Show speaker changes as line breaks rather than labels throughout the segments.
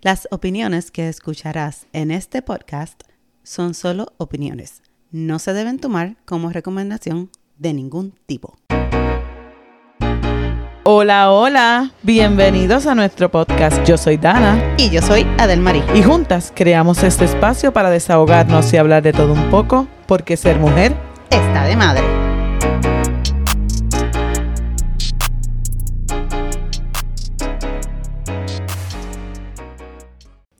Las opiniones que escucharás en este podcast son solo opiniones. No se deben tomar como recomendación de ningún tipo.
Hola, hola, bienvenidos a nuestro podcast. Yo soy Dana
Y yo soy Adelmarí.
y juntas creamos este espacio para desahogarnos y hablar de todo un poco, porque ser mujer,
Está de madre.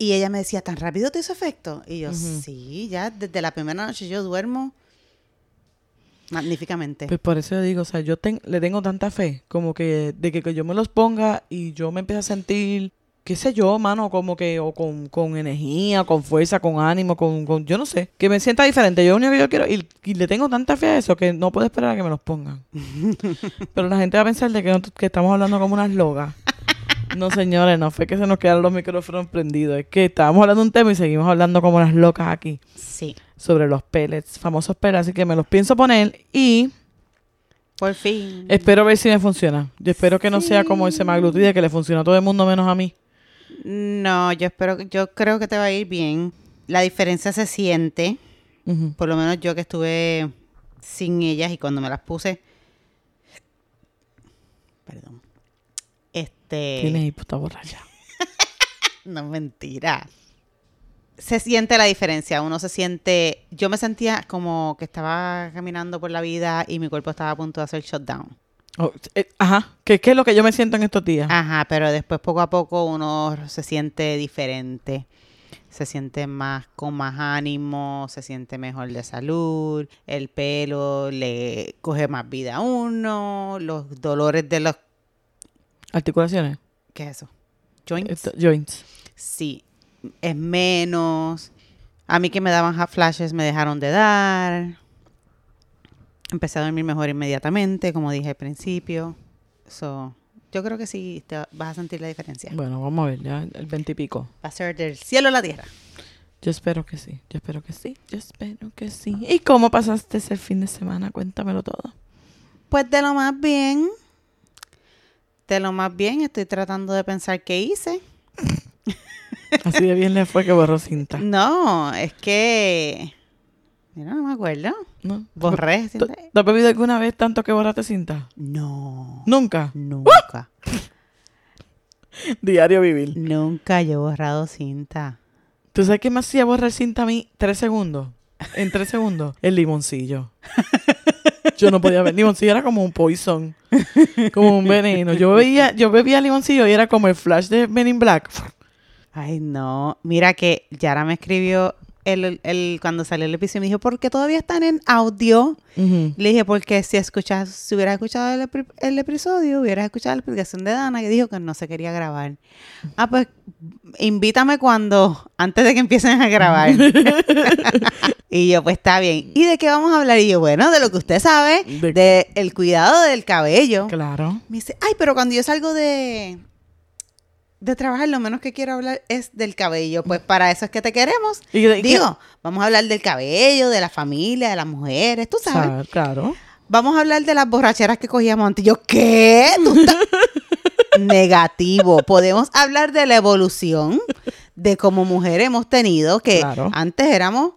Y ella me decía, ¿tan rápido te hizo efecto? Y yo,
Ujú.
sí, ya desde la primera noche yo duermo magníficamente.
pues por eso yo digo, o sea, yo ten- le tengo tanta fe, como que de que, que yo me los ponga y yo me empiezo a sentir, qué sé yo, mano, como que, o con, con energía, con fuerza, con ánimo, con, con- yo no sé, que me sienta diferente. Yo lo único que yo quiero, y, y le tengo tanta fe a eso, que no puedo esperar a que me los pongan. Pero la gente va a pensar de que, nosotros- que estamos hablando como unas logas. No, señores, no fue que se nos quedaron los micrófonos prendidos. Es que estábamos hablando un tema y seguimos hablando como unas locas aquí
Sí,
sobre los pellets, famosos pellets. Así que me los pienso poner y
por fin.
espero ver si me funciona. Yo espero que no sea como el semaglutide que le funcionó a todo el mundo menos a mí.
No, yo espero, yo creo que te va a ir bien. La diferencia se siente.
Ujú.
por lo menos yo que estuve sin ellas y cuando me las puse. Perdón. Este.
Tienes ahí puta borracha.
No, mentira. Se siente la diferencia. Uno se siente. Yo me sentía como que estaba caminando por la vida y mi cuerpo estaba a punto de hacer shutdown.
Oh, eh, ajá, que que es lo que yo me siento en estos días.
Ajá, pero después poco a poco uno se siente diferente. Se siente más con más ánimo, se siente mejor de salud, el pelo le coge más vida a uno, los dolores de los...
Articulaciones,
¿Qué es eso? ¿Joints?
esto- joints.
Sí, es menos. A mí que me daban hot flashes me dejaron de dar. Empecé a dormir mejor inmediatamente, como dije al principio. So, yo creo que sí, te vas a sentir la diferencia.
Bueno, vamos a ver, ya el veintipico.
Va a ser del cielo a la tierra.
Yo espero que sí, yo espero que sí, yo espero que sí. ¿Y cómo pasaste ese fin de semana? Cuéntamelo todo.
Pues de lo más bien, de lo más bien, estoy tratando de pensar qué hice.
Así de bien le fue que borró cinta.
No, es que. Mira, no me acuerdo.
¿No?
Borré.
¿Tú- ¿Te has bebido alguna vez tanto que borraste cinta?
No,
Nunca.
nunca.
Diario vivir.
Nunca yo he borrado cinta.
¿Tú sabes qué me hacía borrar cinta a mí? Tres segundos. En tres segundos. El limoncillo. Yo no podía ver. Limoncillo era como un poison. Como un veneno. Yo bebía, yo bebía limoncillo y era como el flash de Men in Black.
Ay, no. Mira que Yara me escribió el, el- cuando salió el episodio y me dijo, ¿por qué todavía están en audio?
Ujú.
Le dije, porque si escuchas, si hubieras escuchado el, epri- el episodio, hubieras escuchado la explicación de Dana que dijo que no se quería grabar. Ah, pues invítame cuando, antes de que empiecen a grabar. y yo, pues está bien. ¿Y de qué vamos a hablar? Y yo, bueno, de lo que usted sabe,
De-
de, el cuidado del cabello.
Claro.
Me dice, ay, pero cuando yo salgo de, de trabajar, lo menos que quiero hablar es del cabello. Pues para eso es que te queremos.
Y de-
Digo, vamos a hablar del cabello, de la familia, de las mujeres, tú sabes.
Sa- Claro.
Vamos a hablar de las borracheras que cogíamos antes. Yo, ¿qué? ¿Tú estás-" Negativo. Podemos hablar de la evolución de como mujer hemos tenido, que
Claro.
antes éramos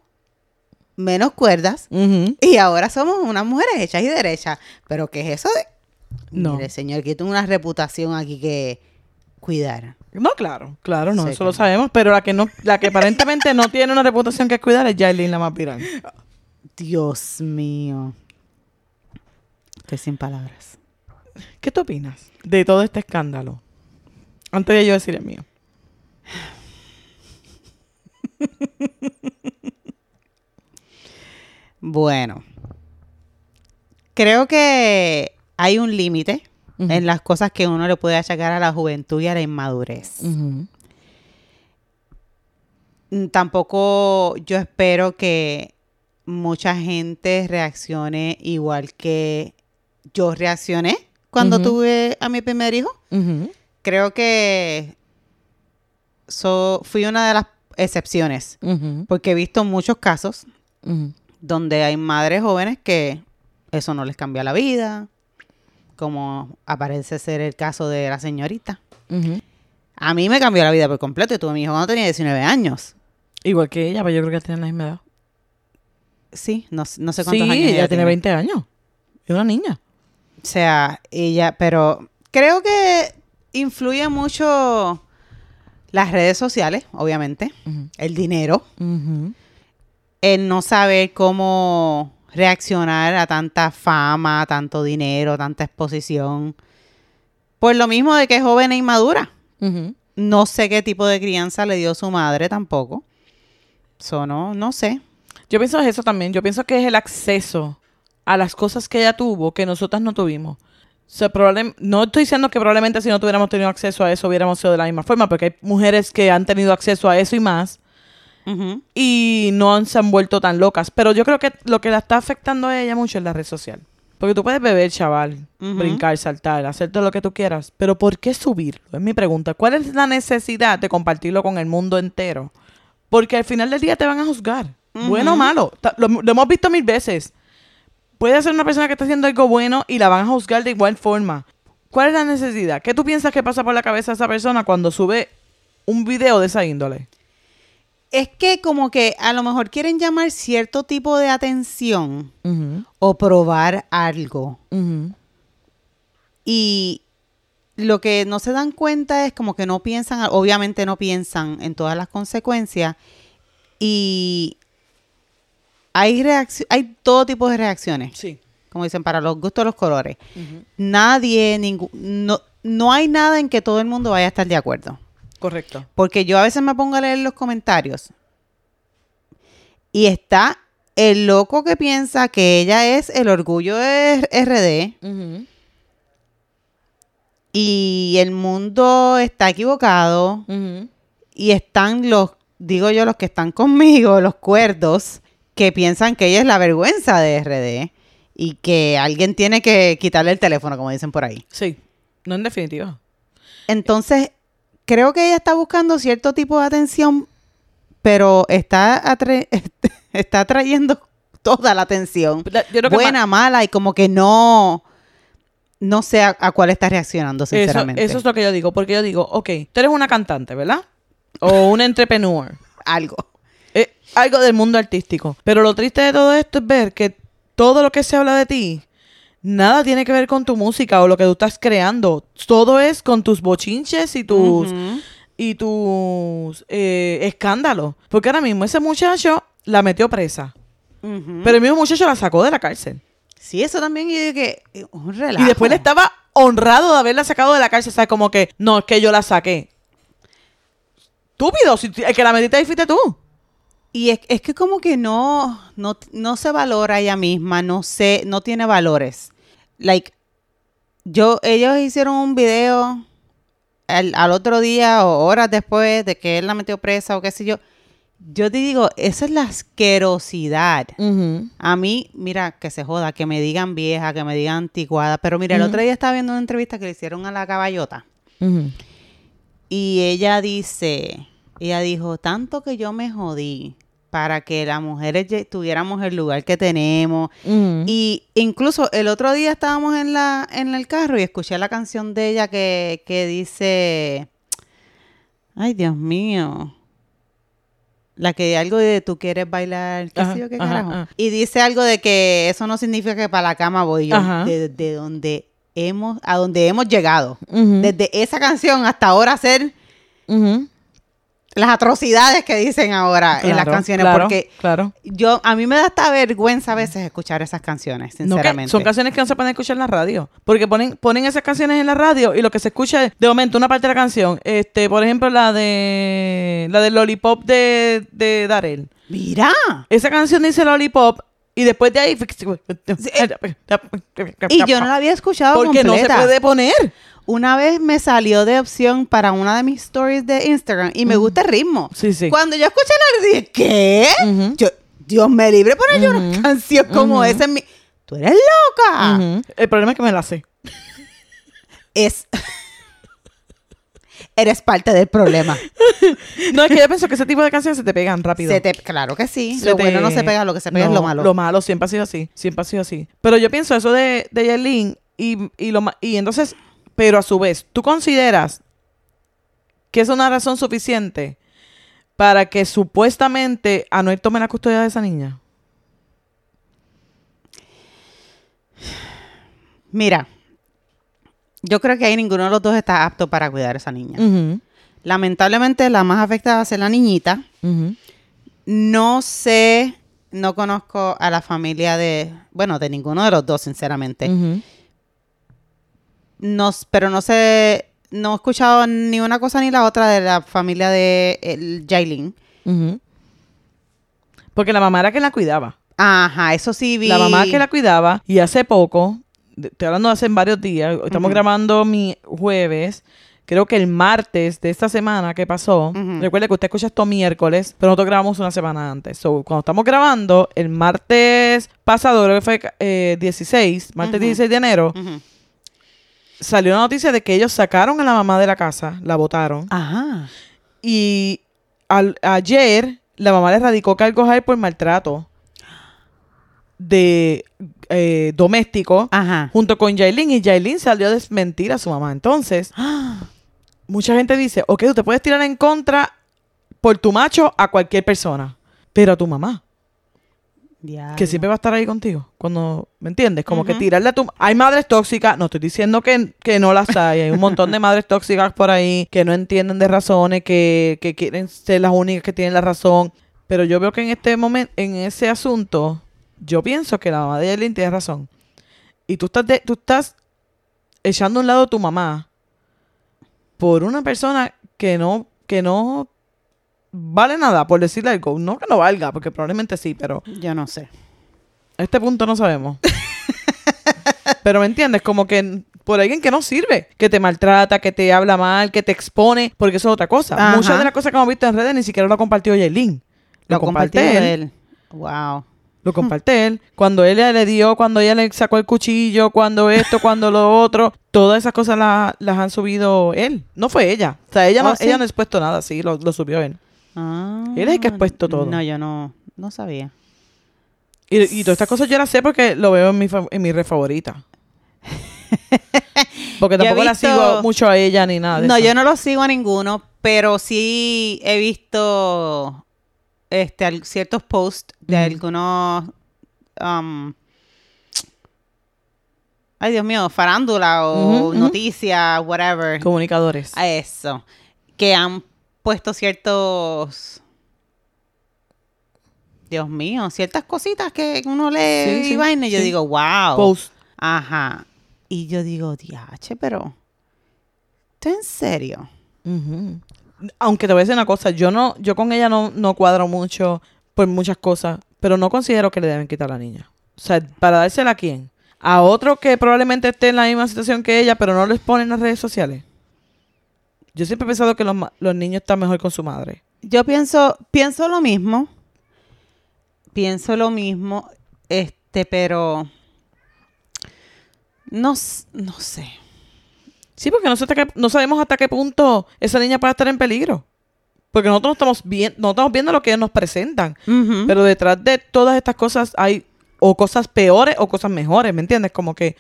menos cuerdas
Ujú.
y ahora somos unas mujeres hechas y derechas. Pero ¿qué es eso de...?
No.
Mire, señor, que yo tengo una reputación aquí que cuidar.
No, claro, claro, no,
Sé
eso
que
lo
no.
sabemos, pero la que no, la que aparentemente no tiene una reputación que cuidar es Jailin la más viral.
Dios mío. Estoy sin palabras.
¿Qué tú opinas de todo este escándalo? Antes de yo decir el mío.
Bueno, creo que hay un límite
Ujú.
en las cosas que uno le puede achacar a la juventud y a la inmadurez. Mm, Tampoco yo espero que mucha gente reaccione igual que yo reaccioné cuando
Ujú.
tuve a mi primer hijo.
Ujú.
Creo que so- fui una de las excepciones,
Ujú.
porque he visto muchos casos
Ujú.
donde hay madres jóvenes que eso no les cambia la vida, como aparece ser el caso de la señorita.
Ujú.
A mí me cambió la vida por completo. Y tuve a mi hijo cuando tenía 19 años.
Igual que ella, pero yo creo que tiene la misma edad.
Sí, no, no sé
sí,
cuántos años.
ella, tiene 20 años. Es una niña.
O sea, ella, pero creo que influye mucho las redes sociales, obviamente,
Ujú.
el dinero,
Ujú.
el no saber cómo reaccionar a tanta fama, tanto dinero, tanta exposición. Por lo mismo de que es joven e inmadura.
Ujú.
No sé qué tipo de crianza le dio su madre tampoco. Eso no, no sé.
Yo pienso es eso también. Yo pienso que es el acceso a las cosas que ella tuvo que nosotras no tuvimos. O sea, probable- no estoy diciendo que probablemente si no tuviéramos tenido acceso a eso hubiéramos sido de la misma forma, porque hay mujeres que han tenido acceso a eso y más
Ujú.
y no han- se han vuelto tan locas. Pero yo creo que lo que la está afectando a ella mucho es la red social. Porque tú puedes beber, chaval,
Ujú.
brincar, saltar, hacer todo lo que tú quieras. Pero ¿por qué subirlo? Es mi pregunta. ¿Cuál es la necesidad de compartirlo con el mundo entero? Porque al final del día te van a juzgar.
Ujú.
Bueno o malo. Ta- Lo, lo hemos visto mil veces. Puede ser una persona que está haciendo algo bueno y la van a juzgar de igual forma. ¿Cuál es la necesidad? ¿Qué tú piensas que pasa por la cabeza de esa persona cuando sube un video de esa índole?
Es que como que a lo mejor quieren llamar cierto tipo de atención o probar algo. Y lo que no se dan cuenta es como que no piensan, obviamente no piensan en todas las consecuencias. Y hay, reacc- hay todo tipo de reacciones,
Sí.
como dicen, para los gustos, los colores. Nadie, ningú- no, no hay nada en que todo el mundo vaya a estar de acuerdo.
Correcto.
Porque yo a veces me pongo a leer los comentarios. Y está el loco que piensa que ella es el orgullo de RD. y el mundo está equivocado y están los, digo yo, los que están conmigo, los cuerdos, que piensan que ella es la vergüenza de RD y que alguien tiene que quitarle el teléfono, como dicen por ahí.
Sí. No en definitiva.
Entonces, creo que ella está buscando cierto tipo de atención, pero está, atre- está atrayendo toda la atención.
La- Yo creo que
Buena, mala y como que no, no sé a, a cuál está reaccionando,
ma- eso,
sinceramente.
eso es lo que yo digo. Porque yo digo, ok, tú eres una cantante, ¿verdad? O un entrepreneur.
algo.
Eh, algo del mundo artístico. Pero lo triste de todo esto es ver que todo lo que se habla de ti, nada tiene que ver con tu música o lo que tú estás creando. Todo es con tus bochinches y tus
Ujú.
y tus eh, escándalos. Porque ahora mismo ese muchacho la metió presa.
Ujú.
Pero el mismo muchacho la sacó de la cárcel.
Sí, eso también yo digo que es un relajo.
Y después le estaba honrado de haberla sacado de la cárcel. O sea, como que, no, es que yo la saqué. Estúpido, si t- el que la metiste ahí fuiste tú.
Y es, es que como que no, no, no se valora ella misma, no sé, no tiene valores. Like, yo, ellos hicieron un video al, al otro día o horas después de que él la metió presa o qué sé yo. Yo te digo, esa es la asquerosidad. A mí, mira, que se joda, que me digan vieja, que me digan anticuada. Pero mira, el
Ujú.
otro día estaba viendo una entrevista que le hicieron a la caballota. Y ella dice, ella dijo, tanto que yo me jodí para que las mujeres lle- tuviéramos el lugar que tenemos. Y incluso el otro día estábamos en, la, en el carro y escuché la canción de ella que, que dice, ay Dios mío, la que algo de tú quieres bailar, qué
Ajá,
sé yo, qué
ajá,
carajo.
ajá.
Y dice algo de que eso no significa que para la cama voy yo,
Ajá.
de, de donde hemos, a donde hemos llegado. Desde esa canción hasta ahora ser las atrocidades que dicen ahora en las canciones porque
Claro.
yo a mí me da hasta vergüenza a veces escuchar esas canciones
No, que
sinceramente
son canciones que no se pueden escuchar en la radio. Porque ponen, ponen esas canciones en la radio y lo que se escucha es, de momento, una parte de la canción. Este, por ejemplo, la de la del lollipop de, de Darel.
mira
Esa canción dice lollipop y después de ahí. eh,
y yo no la había escuchado
Porque no se
completa
puede poner.
una vez me salió de opción para una de mis stories de Instagram y me gusta el ritmo
Sí, sí.
cuando yo escuché la dije qué
Ujú.
Yo- Dios me libre poner yo una
Ujú.
canción como
Ujú.
esa en mi tú eres loca
Ujú. El problema es que me la sé.
es eres parte del problema
No, es que yo pienso que ese tipo de canciones se te pegan rápido.
Se te- claro que sí.
Se
lo
te-
bueno no se pega, lo que se pega
No,
es lo malo.
Lo malo siempre ha sido así. Siempre ha sido así. Pero yo pienso eso de, de Yailin y, y, lo, ma- y entonces, pero a su vez, tú consideras que es una razón suficiente para que supuestamente Anuel tome la custodia de esa niña?
Mira, yo creo que ahí ninguno de los dos está apto para cuidar a esa niña.
Ujú,
Lamentablemente, la más afectada va a ser la niñita.
ujú.
No sé, no conozco a la familia de, bueno, de ninguno de los dos, sinceramente.
Ujú.
No s- pero no sé, no he escuchado ni una cosa ni la otra de la familia de el Jailin.
Ujú. Porque la mamá era quien la cuidaba.
Ajá, eso sí vi.
La mamá que la cuidaba y hace poco, de- estoy hablando de hace varios días, estamos
Ujú.
grabando mi jueves, creo que el martes de esta semana que pasó.
Ujú.
Recuerde que usted escucha esto miércoles, pero nosotros grabamos una semana antes. So, cuando estamos grabando, el martes pasado, creo que fue eh, 16, martes
Ujú.
16 de enero,
Ujú.
salió la noticia de que ellos sacaron a la mamá de la casa, la botaron.
Ajá.
Y al- ayer la mamá le radicó cargos a él por maltrato de eh, doméstico
Ajá.
junto con Yailin. Y Yailin salió a desmentir a su mamá. Entonces, mucha gente dice, ok, tú te puedes tirar en contra por tu macho a cualquier persona, pero a tu mamá, que
Diablo.
siempre va a estar ahí contigo. Cuando, ¿me entiendes? Como que
Ujú.
tirarle a tu... Hay madres tóxicas, no estoy diciendo que, que no las hay, hay un montón de madres tóxicas por ahí que no entienden de razones, que, que quieren ser las únicas que tienen la razón. Pero yo veo que en este momento, en ese asunto, yo pienso que la mamá de Yailin tiene razón. Y tú estás, de- tú estás echando a un lado a tu mamá por una persona que no, que no vale nada, por decirle algo. No que no valga, porque probablemente sí, pero
Yo no sé.
a este punto no sabemos. Pero me entiendes, como que n- por alguien que no sirve, que te maltrata, que te habla mal, que te expone, porque eso es otra cosa.
Ajá.
Muchas de las cosas que hemos visto en redes ni siquiera lo ha compartido Yailin. Lo, comparte
compartió
él.
él. Wow.
Lo comparte él. Cuando él le dio, cuando ella le sacó el cuchillo, cuando esto, cuando lo otro. Todas esas cosas la- las han subido él. No fue ella. O sea, ella,
Oh,
no,
¿sí?
ella no ha expuesto nada, sí, lo, lo subió él.
Ah,
Él es el que ha expuesto todo.
No, yo no, no sabía.
Y, y todas estas cosas yo las sé porque lo veo en mi, fa- en mi red favorita. Porque
Yo he
tampoco la
visto-
sigo mucho a ella ni nada. de
No,
eso.
yo no lo sigo a ninguno, pero sí he visto este al- ciertos posts de
Ujú.
algunos um, ay Dios mío, farándula o
Ujú, ujú.
noticias, whatever.
Comunicadores.
A eso. Que han puesto ciertos. Dios mío, ciertas cositas que uno lee
Sí,
y
sí,
vaina. Y yo
sí.
digo, wow.
Post.
Ajá. Y yo digo, diache, pero. ¿Tú en serio?
Ujú. Aunque te voy a decir una cosa, yo no, yo con ella no, no cuadro mucho por muchas cosas, pero no considero que le deben quitar a la niña. O sea, ¿para dársela a quién? A otro que probablemente esté en la misma situación que ella, pero no lo expone en las redes sociales. Yo siempre he pensado que los, ma- los niños están mejor con su madre.
Yo pienso, pienso lo mismo. Pienso lo mismo. Este, pero. No, s- no sé.
Sí, porque no, sé hasta qué- no sabemos hasta qué punto esa niña puede estar en peligro. Porque nosotros no estamos, bien, no estamos viendo lo que ellos nos presentan.
Ujú.
Pero detrás de todas estas cosas hay o cosas peores o cosas mejores, ¿me entiendes? Como que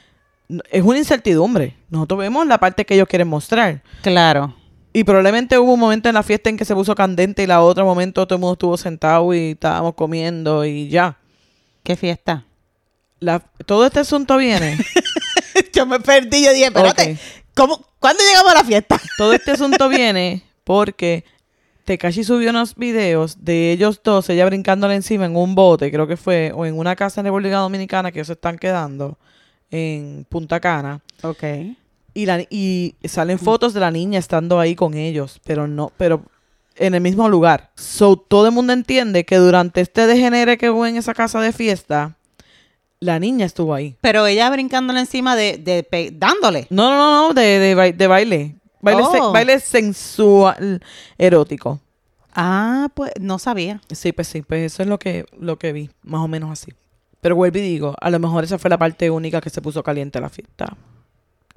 n- es una incertidumbre. Nosotros vemos la parte que ellos quieren mostrar.
claro.
Y probablemente hubo un momento en la fiesta en que se puso candente y la otra momento todo el mundo estuvo sentado y estábamos comiendo y ya.
¿Qué fiesta?
La- todo este asunto viene.
Yo me perdí, yo dije, espérate,
Ok.
¿cómo, ¿cuándo llegamos a la fiesta?
todo este asunto viene porque Tekashi subió unos videos de ellos dos, ella brincándole encima en un bote, creo que fue, o en una casa en República Dominicana que ellos se están quedando en Punta Cana.
Ok.
Y, la, y salen fotos de la niña estando ahí con ellos, pero no, pero en el mismo lugar. So, todo el mundo entiende que durante este degenere que hubo en esa casa de fiesta, la niña estuvo ahí.
Pero ella brincándole encima de, de pe- dándole.
No, no, no, no, de, de, bai- de baile. Baile, se-
Oh.
baile sensual, erótico.
Ah, pues no sabía.
Sí, pues sí, pues eso es lo que, lo que vi, más o menos así. Pero vuelvo y digo, a lo mejor esa fue la parte única que se puso caliente la fiesta.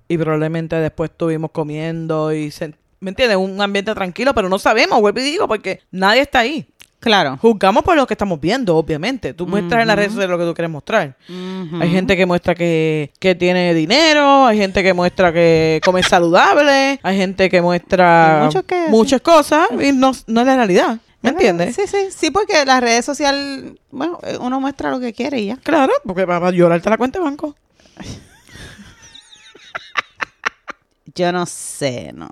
Y probablemente después estuvimos comiendo y... se- ¿Me entiendes? Un ambiente tranquilo, pero no sabemos, vuelvo y digo, porque nadie está ahí.
Claro.
Juzgamos por lo que estamos viendo, obviamente. Tú muestras en las redes sociales lo que tú quieres mostrar. Hay gente que muestra que, que tiene dinero, hay gente que muestra que come saludable, hay gente que muestra
Hay muchos que-
muchas cosas y no, no es la realidad. ¿Me entiendes?
Sí, sí, sí, porque las redes sociales, bueno, eh, uno muestra lo que quiere y ya.
Claro, porque va a llorarte la cuenta de banco.
Yo no sé, no.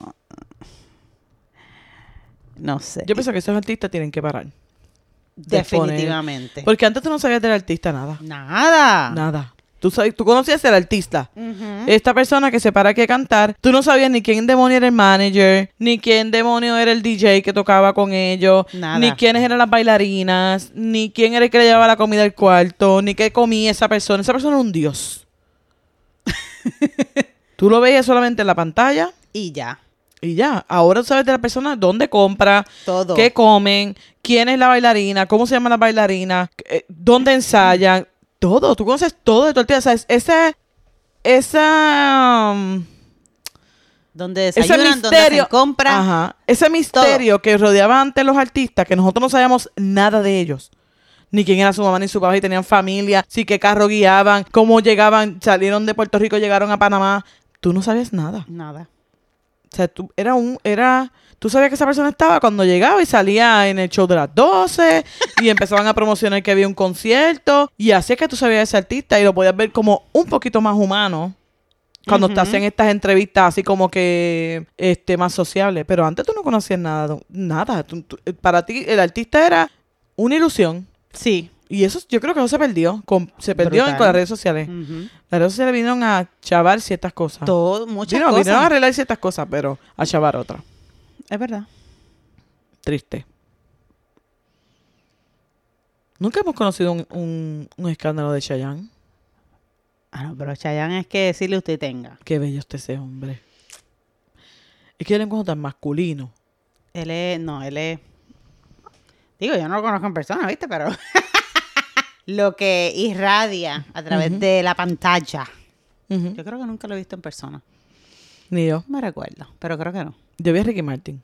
No sé.
Yo pienso que esos artistas tienen que parar. de
Definitivamente.
Porque antes tú no sabías del artista nada.
Nada.
Nada. Tú, sabes, tú conocías al artista.
Ah. Ujú.
Esta persona que se para aquí a cantar, tú no sabías ni quién demonio era el manager, ni quién demonio era el DJ que tocaba con ellos,
Nada.
ni quiénes eran las bailarinas, ni quién era el que le llevaba la comida al cuarto, ni qué comía esa persona. Esa persona era un dios. tú lo veías solamente en la pantalla
Y ya.
y ya. Ahora tú sabes de la persona dónde compra,
Todo.
qué comen, quién es la bailarina, cómo se llama la bailarina, eh, dónde ensayan, todo. Tú conoces todo de tu artista. O sea, es- esa, esa, um,
Donde
ese
desayunan, donde
misterio,
hacen compras.
Ajá. ese misterio que rodeaba antes los artistas, que nosotros no sabíamos nada de ellos. Ni quién era su mamá ni su papá, si tenían familia, si qué carro guiaban, cómo llegaban, salieron de Puerto Rico, llegaron a Panamá. Tú no sabías nada.
Nada.
O sea, tú, era un, era, tú sabías que esa persona estaba cuando llegaba y salía en el show de las 12 y empezaban a promocionar que había un concierto y así es que tú sabías de ese artista y lo podías ver como un poquito más humano cuando te hacían estas entrevistas así como que este más sociable. Pero antes tú no conocías nada, nada. Tú- tú- para ti el artista era una ilusión
Sí.
y eso yo creo que eso se perdió, con- se perdió en-
Brutal.
con las redes sociales.
Ujú.
Las redes sociales vinieron a chavar ciertas cosas.
Todo, muchas
Vino-
cosas.
vinieron a arreglar ciertas cosas, pero a chavar otras.
Es verdad.
Triste. Nunca hemos conocido un, un- un escándalo de Chayanne.
Ah, no, pero Chayanne es que decirle usted tenga.
Qué bello este ese hombre. Es que yo lo encuentro tan masculino.
Él es, no, él es. Digo, yo no lo conozco en persona, ¿viste? Pero. lo que irradia a través de la pantalla. Yo creo que nunca lo he visto en persona.
Ni yo.
No me recuerdo, pero creo que no.
Yo vi a Ricky Martin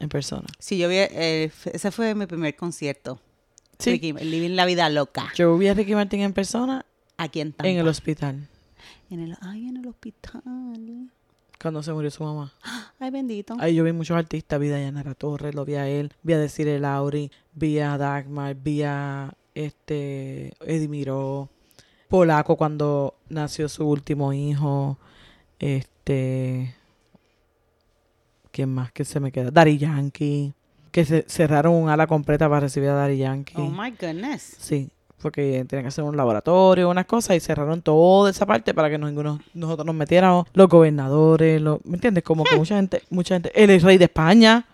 en persona.
Sí, yo vi. eh, f- ese fue mi primer concierto.
Sí.
Ricky- Living la vida loca.
Yo vi a Ricky Martin en persona
Aquí en Tampa.
en el hospital.
En el- ay, en el hospital.
Cuando se murió su mamá.
Ay, bendito.
Ahí yo vi muchos artistas. Vi a Dayanara Torres, lo vi a él. Vi a Desiree Lauri. Vi a Dagmar. Vi a este, Eddie Miró. Polaco cuando nació su último hijo. Este. ¿Quién más que se me queda? Dari Yankee. Que se cerraron un ala completa para recibir a Dari Yankee.
Oh my goodness.
Sí, porque tenían que hacer un laboratorio, unas cosas, y cerraron toda esa parte para que ninguno nosotros nos metiéramos, los gobernadores, los, ¿me entiendes? Como que mucha gente, mucha gente, él es rey de España,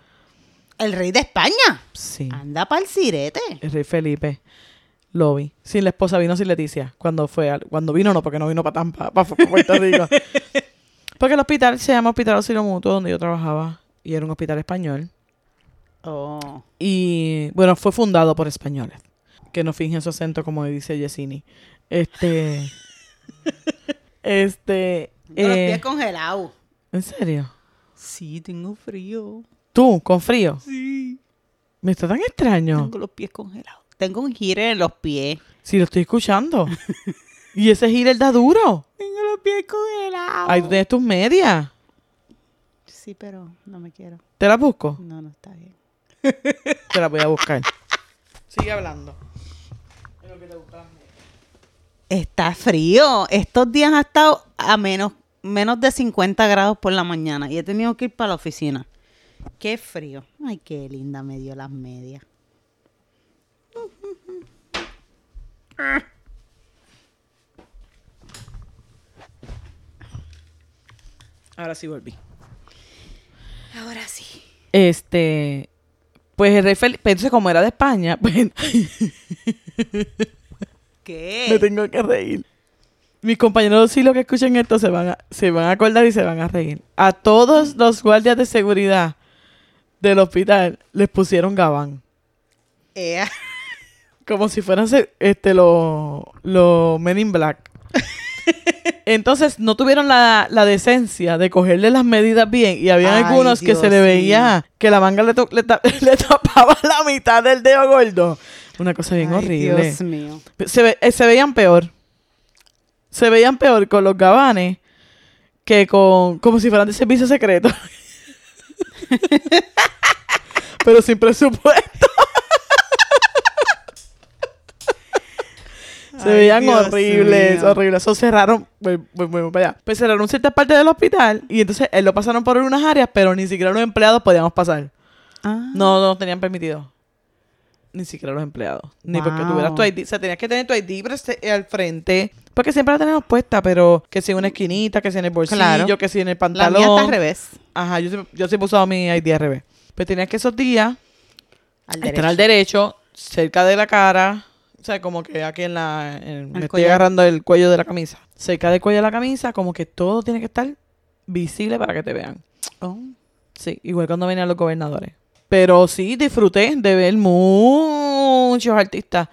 El rey de España.
sí,
Anda para el sirete.
el rey Felipe, lo vi. Sin la esposa vino sin Leticia, cuando fue, al- cuando vino no, porque no vino para Tampa, para Puerto Rico. porque el hospital se llama Hospital Auxilio Mutuo, donde yo trabajaba, y era un hospital español.
Oh.
Y bueno, fue fundado por españoles, que no fingen su acento como dice Yesini. Este. este.
Con los
eh,
pies congelados.
¿En serio?
Sí, tengo frío.
Tú, con frío.
Sí.
Me está tan extraño.
Tengo los pies congelados. Tengo un gire en los pies.
Si lo estoy escuchando. y ese Hitler da duro.
Tengo los pies congelados.
Ahí tú tienes tus medias.
Sí, pero no me quiero.
Te las busco.
No, no está bien.
Te las voy a buscar. Sigue hablando.
Está frío. Estos días ha estado a menos, menos de 50 grados por la mañana y he tenido que ir para la oficina. Qué frío. Ay, qué linda me dio las medias.
Ahora sí volví.
Ahora sí.
Este. Pues el rey Felipe. Entonces, como era de España, pues Me
¿Qué?
tengo que reír. Mis compañeros sí lo que escuchen esto se van a, se van a acordar y se van a reír. A todos los guardias de seguridad del hospital les pusieron gabán.
Eh,
Como si fueran se- este los los Men in Black. Entonces no tuvieron la, la decencia de cogerle las medidas bien y había
Ay,
algunos que
Dios
se le veía que la manga le, to- le, ta- le tapaba la mitad del dedo gordo. Una cosa bien
Ay,
horrible.
Dios mío.
Se, ve- eh, se veían peor. Se veían peor con los gabanes que con. como si fueran de servicio secreto. Pero sin presupuesto. Se
Ay,
veían
Dios
horribles,
mío.
horribles. Eso cerraron. voy- voy- voy para allá. Pues cerraron ciertas partes del hospital y entonces eh, lo pasaron por unas áreas, pero ni siquiera los empleados podíamos pasar.
Ah,
No, no tenían permitido. Ni siquiera los empleados. Ni porque
Wow.
tuvieras tu ID. O sea, tenías que tener tu ID prese- eh, al frente. Porque siempre la tenemos puesta, pero que si en una esquinita, que si en el bolsillo,
Claro.
que si en el
la
pantalón.
mía está al revés.
Ajá, yo, siempre- yo siempre usaba mi ID al revés. Pero tenías que esos días
Al
estar al derecho, cerca de la cara. O sea, como que aquí en la... en- me estoy
cuello.
agarrando el cuello de la camisa. Cerca del cuello de la camisa, como que todo tiene que estar visible para que te vean.
Oh.
Sí, igual cuando venían los gobernadores. Pero sí disfruté de ver muchos artistas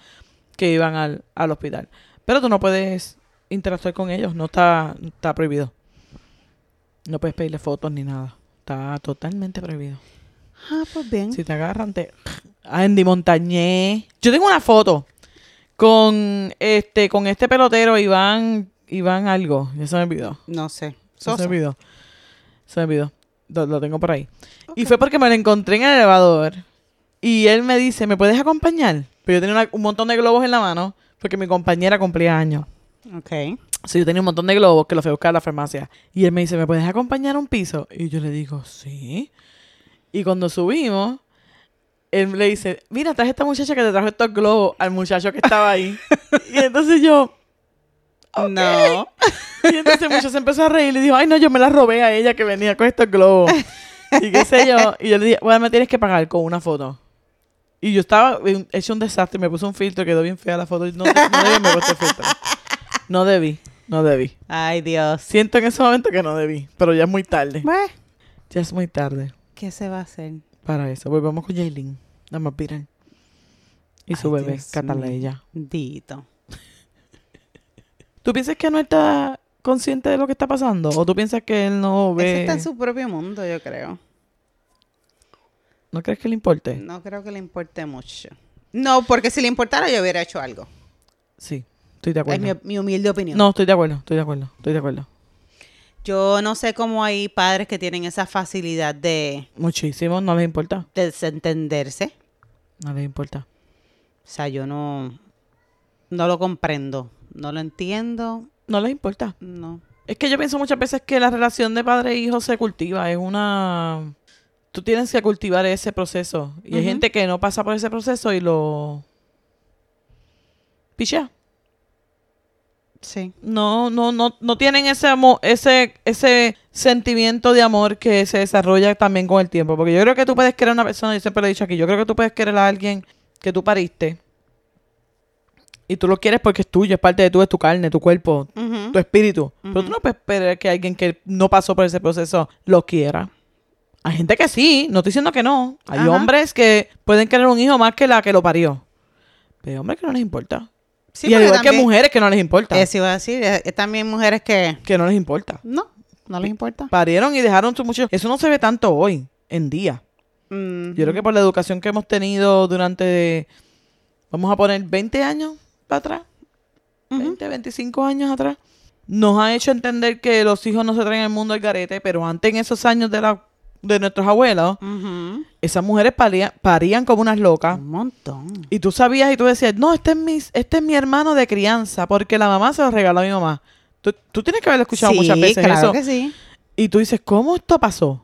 que iban al, al hospital. Pero tú no puedes interactuar con ellos, no está, está prohibido. No puedes pedirle fotos ni nada. Está totalmente prohibido.
Ah, pues bien.
Si te agarran, te. A Andy Montañé. Yo tengo una foto con este, con este pelotero, Iván, Iván algo. Ya se me olvidó.
No sé.
Se me
Sosa.
olvidó. Se me olvidó. Lo, lo tengo por ahí. Y fue porque me lo encontré en el elevador. Y él me dice, ¿me puedes acompañar? Pero yo tenía una- un montón de globos en la mano porque mi compañera cumplía años.
Ok.
Sí, yo tenía un montón de globos que los fui a buscar a la farmacia. Y él me dice, ¿me puedes acompañar a un piso? Y yo le digo, sí. Y cuando subimos, él le dice, mira, traje esta muchacha que te trajo estos globos al muchacho que estaba ahí. y entonces yo,
No.
y entonces muchos se empezó a reír y le dijo, ay no, yo me la robé a ella que venía con estos globos. Y qué sé yo. Y yo le dije, bueno, me tienes que pagar con una foto. Y yo estaba eh, hecho un desastre, me puse un filtro, quedó bien fea la foto. y No, no debí, me puse filtro. No debí, no debí.
Ay, Dios.
Siento en ese momento que no debí, pero ya es muy tarde.
Bueno,
Ya es muy tarde
¿qué se va a hacer?
para eso. Volvamos con Jaylin, la más viral. Y su
Ay,
bebé,
Dios
Cataleya.
Dito.
¿Tú piensas que no está consciente de lo que está pasando? ¿O tú piensas que él no
Ese
ve?
está en su propio mundo, yo creo.
¿No crees que le importe?
No creo que le importe mucho. No, porque si le importara yo hubiera hecho algo.
Sí, estoy de acuerdo.
Es mi, mi humilde opinión.
No, estoy de acuerdo, estoy de acuerdo, estoy de acuerdo.
Yo no sé cómo hay padres que tienen esa facilidad de
Muchísimo, no les importa,
desentenderse.
no les importa.
O sea, yo no, no lo comprendo. No lo entiendo.
No les importa.
No.
Es que yo pienso muchas veces que la relación de padre e hijo se cultiva, es una... Tú tienes que cultivar ese proceso. Y hay
Ujú.
gente que no pasa por ese proceso y lo... Pichea.
Sí.
No, no, no, no tienen ese amor, ese, ese sentimiento de amor que se desarrolla también con el tiempo. Porque yo creo que tú puedes querer a una persona, yo siempre lo he dicho aquí, yo creo que tú puedes querer a alguien que tú pariste. Y tú lo quieres porque es tuyo, es parte de tú, es tu carne, tu cuerpo,
Ujú.
tu espíritu. Pero tú
Ujú.
no puedes esperar que alguien que no pasó por ese proceso lo quiera. Hay gente que sí, no estoy diciendo que no. Hay
Ajá.
hombres que pueden querer un hijo más que la que lo parió. Pero hay hombres que no les importa.
Sí,
y al
porque
igual que
también-
mujeres que no les importa.
Eso iba a decir. eh, eh, También mujeres que
Que no les importa.
no, no les importa.
Parieron y dejaron sus muchachos. Eso no se ve tanto hoy, en día.
Mm.
Yo creo que por la educación que hemos tenido durante, vamos a poner 20 años para atrás,
Ujú.
20, 25 años atrás, nos ha hecho entender que los hijos no se traen al mundo al garete, pero antes en esos años de, la, de nuestros abuelos,
Ujú.
esas mujeres paría- parían como unas locas.
Un montón.
Y tú sabías y tú decías, no, este es, mi, este es mi hermano de crianza, porque la mamá se lo regaló a mi mamá. Tú, tú tienes que haber escuchado
sí,
muchas veces
claro
eso.
que sí.
Y tú dices, ¿cómo esto pasó?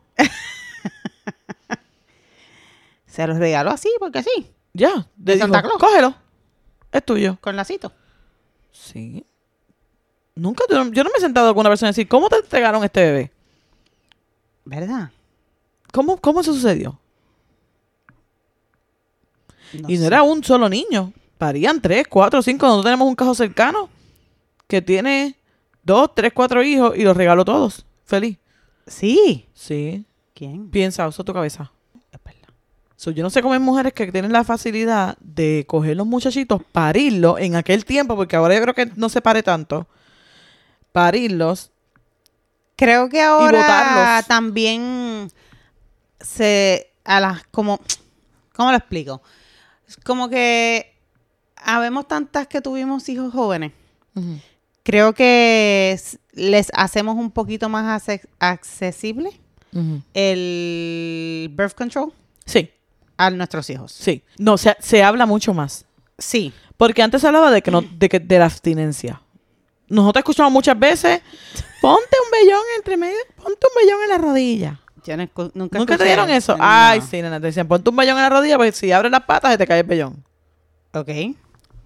Se los regaló así, porque sí,
Ya, de
¿De Santa
dijo,
Claus?
cógelo. Es tuyo.
con lacito.
Sí. Nunca, yo no- yo no me he sentado con una persona y decir, ¿cómo te entregaron este bebé?
¿Verdad?
¿Cómo, cómo eso sucedió? y no
sé.
era un solo niño. Parían tres, cuatro, cinco. Nosotros tenemos un caso cercano que tiene dos, tres, cuatro hijos y los regaló todos. Feliz.
Sí.
Sí.
¿Quién?
Piensa, usa tu cabeza.
Es verdad.
So, yo no sé cómo hay mujeres que tienen la facilidad de coger los muchachitos, parirlos en aquel tiempo, porque ahora yo creo que no se pare tanto. parirlos.
Creo que ahora
botarlos.
también se a las como ¿cómo lo explico? Es Como que habemos tantas que tuvimos hijos jóvenes. Creo que s- les hacemos un poquito más ace- accesible el birth control
Sí,
a nuestros hijos.
sí. No, se, se habla mucho más.
Sí,
Porque antes se hablaba de que no, de que de la abstinencia. Nosotros escuchamos muchas veces, ponte un vellón entre medio, ponte un vellón en la rodilla.
yo no escu- nunca
¿Nunca te
escuché-
dieron eso?
no.
Ay, sí, nena, te decían, ponte un vellón en la rodilla, porque si abres las patas se te cae el vellón.
Ok.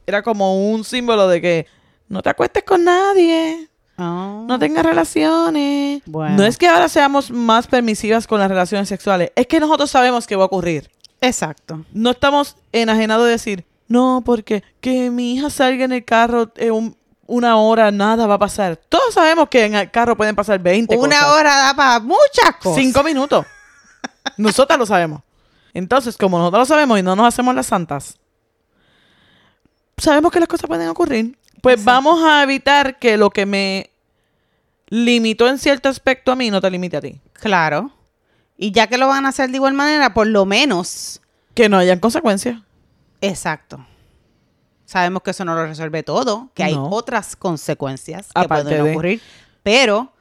Era como un símbolo de que no te acuestes con nadie,
Ah.
no tengas relaciones.
Bueno.
No es que ahora seamos más permisivas con las relaciones sexuales, es que nosotros sabemos que va a ocurrir.
Exacto.
No estamos enajenados de decir, no, porque que mi hija salga en el carro eh, un- una hora, nada va a pasar. Todos sabemos que en el carro pueden pasar 20
Una
cosas.
hora da para muchas cosas.
Cinco minutos. Nosotras lo sabemos. Entonces, como nosotros lo sabemos y no nos hacemos las santas, sabemos que las cosas pueden ocurrir. Pues
Exacto.
vamos a evitar que lo que me limitó en cierto aspecto a mí no te limite a ti.
Claro. Y ya que lo van a hacer de igual manera, por lo menos.
Que no hayan consecuencias.
Exacto. Sabemos que eso no lo resuelve todo, que hay
No.
otras consecuencias que
Aparte
pueden
de-
ocurrir, pero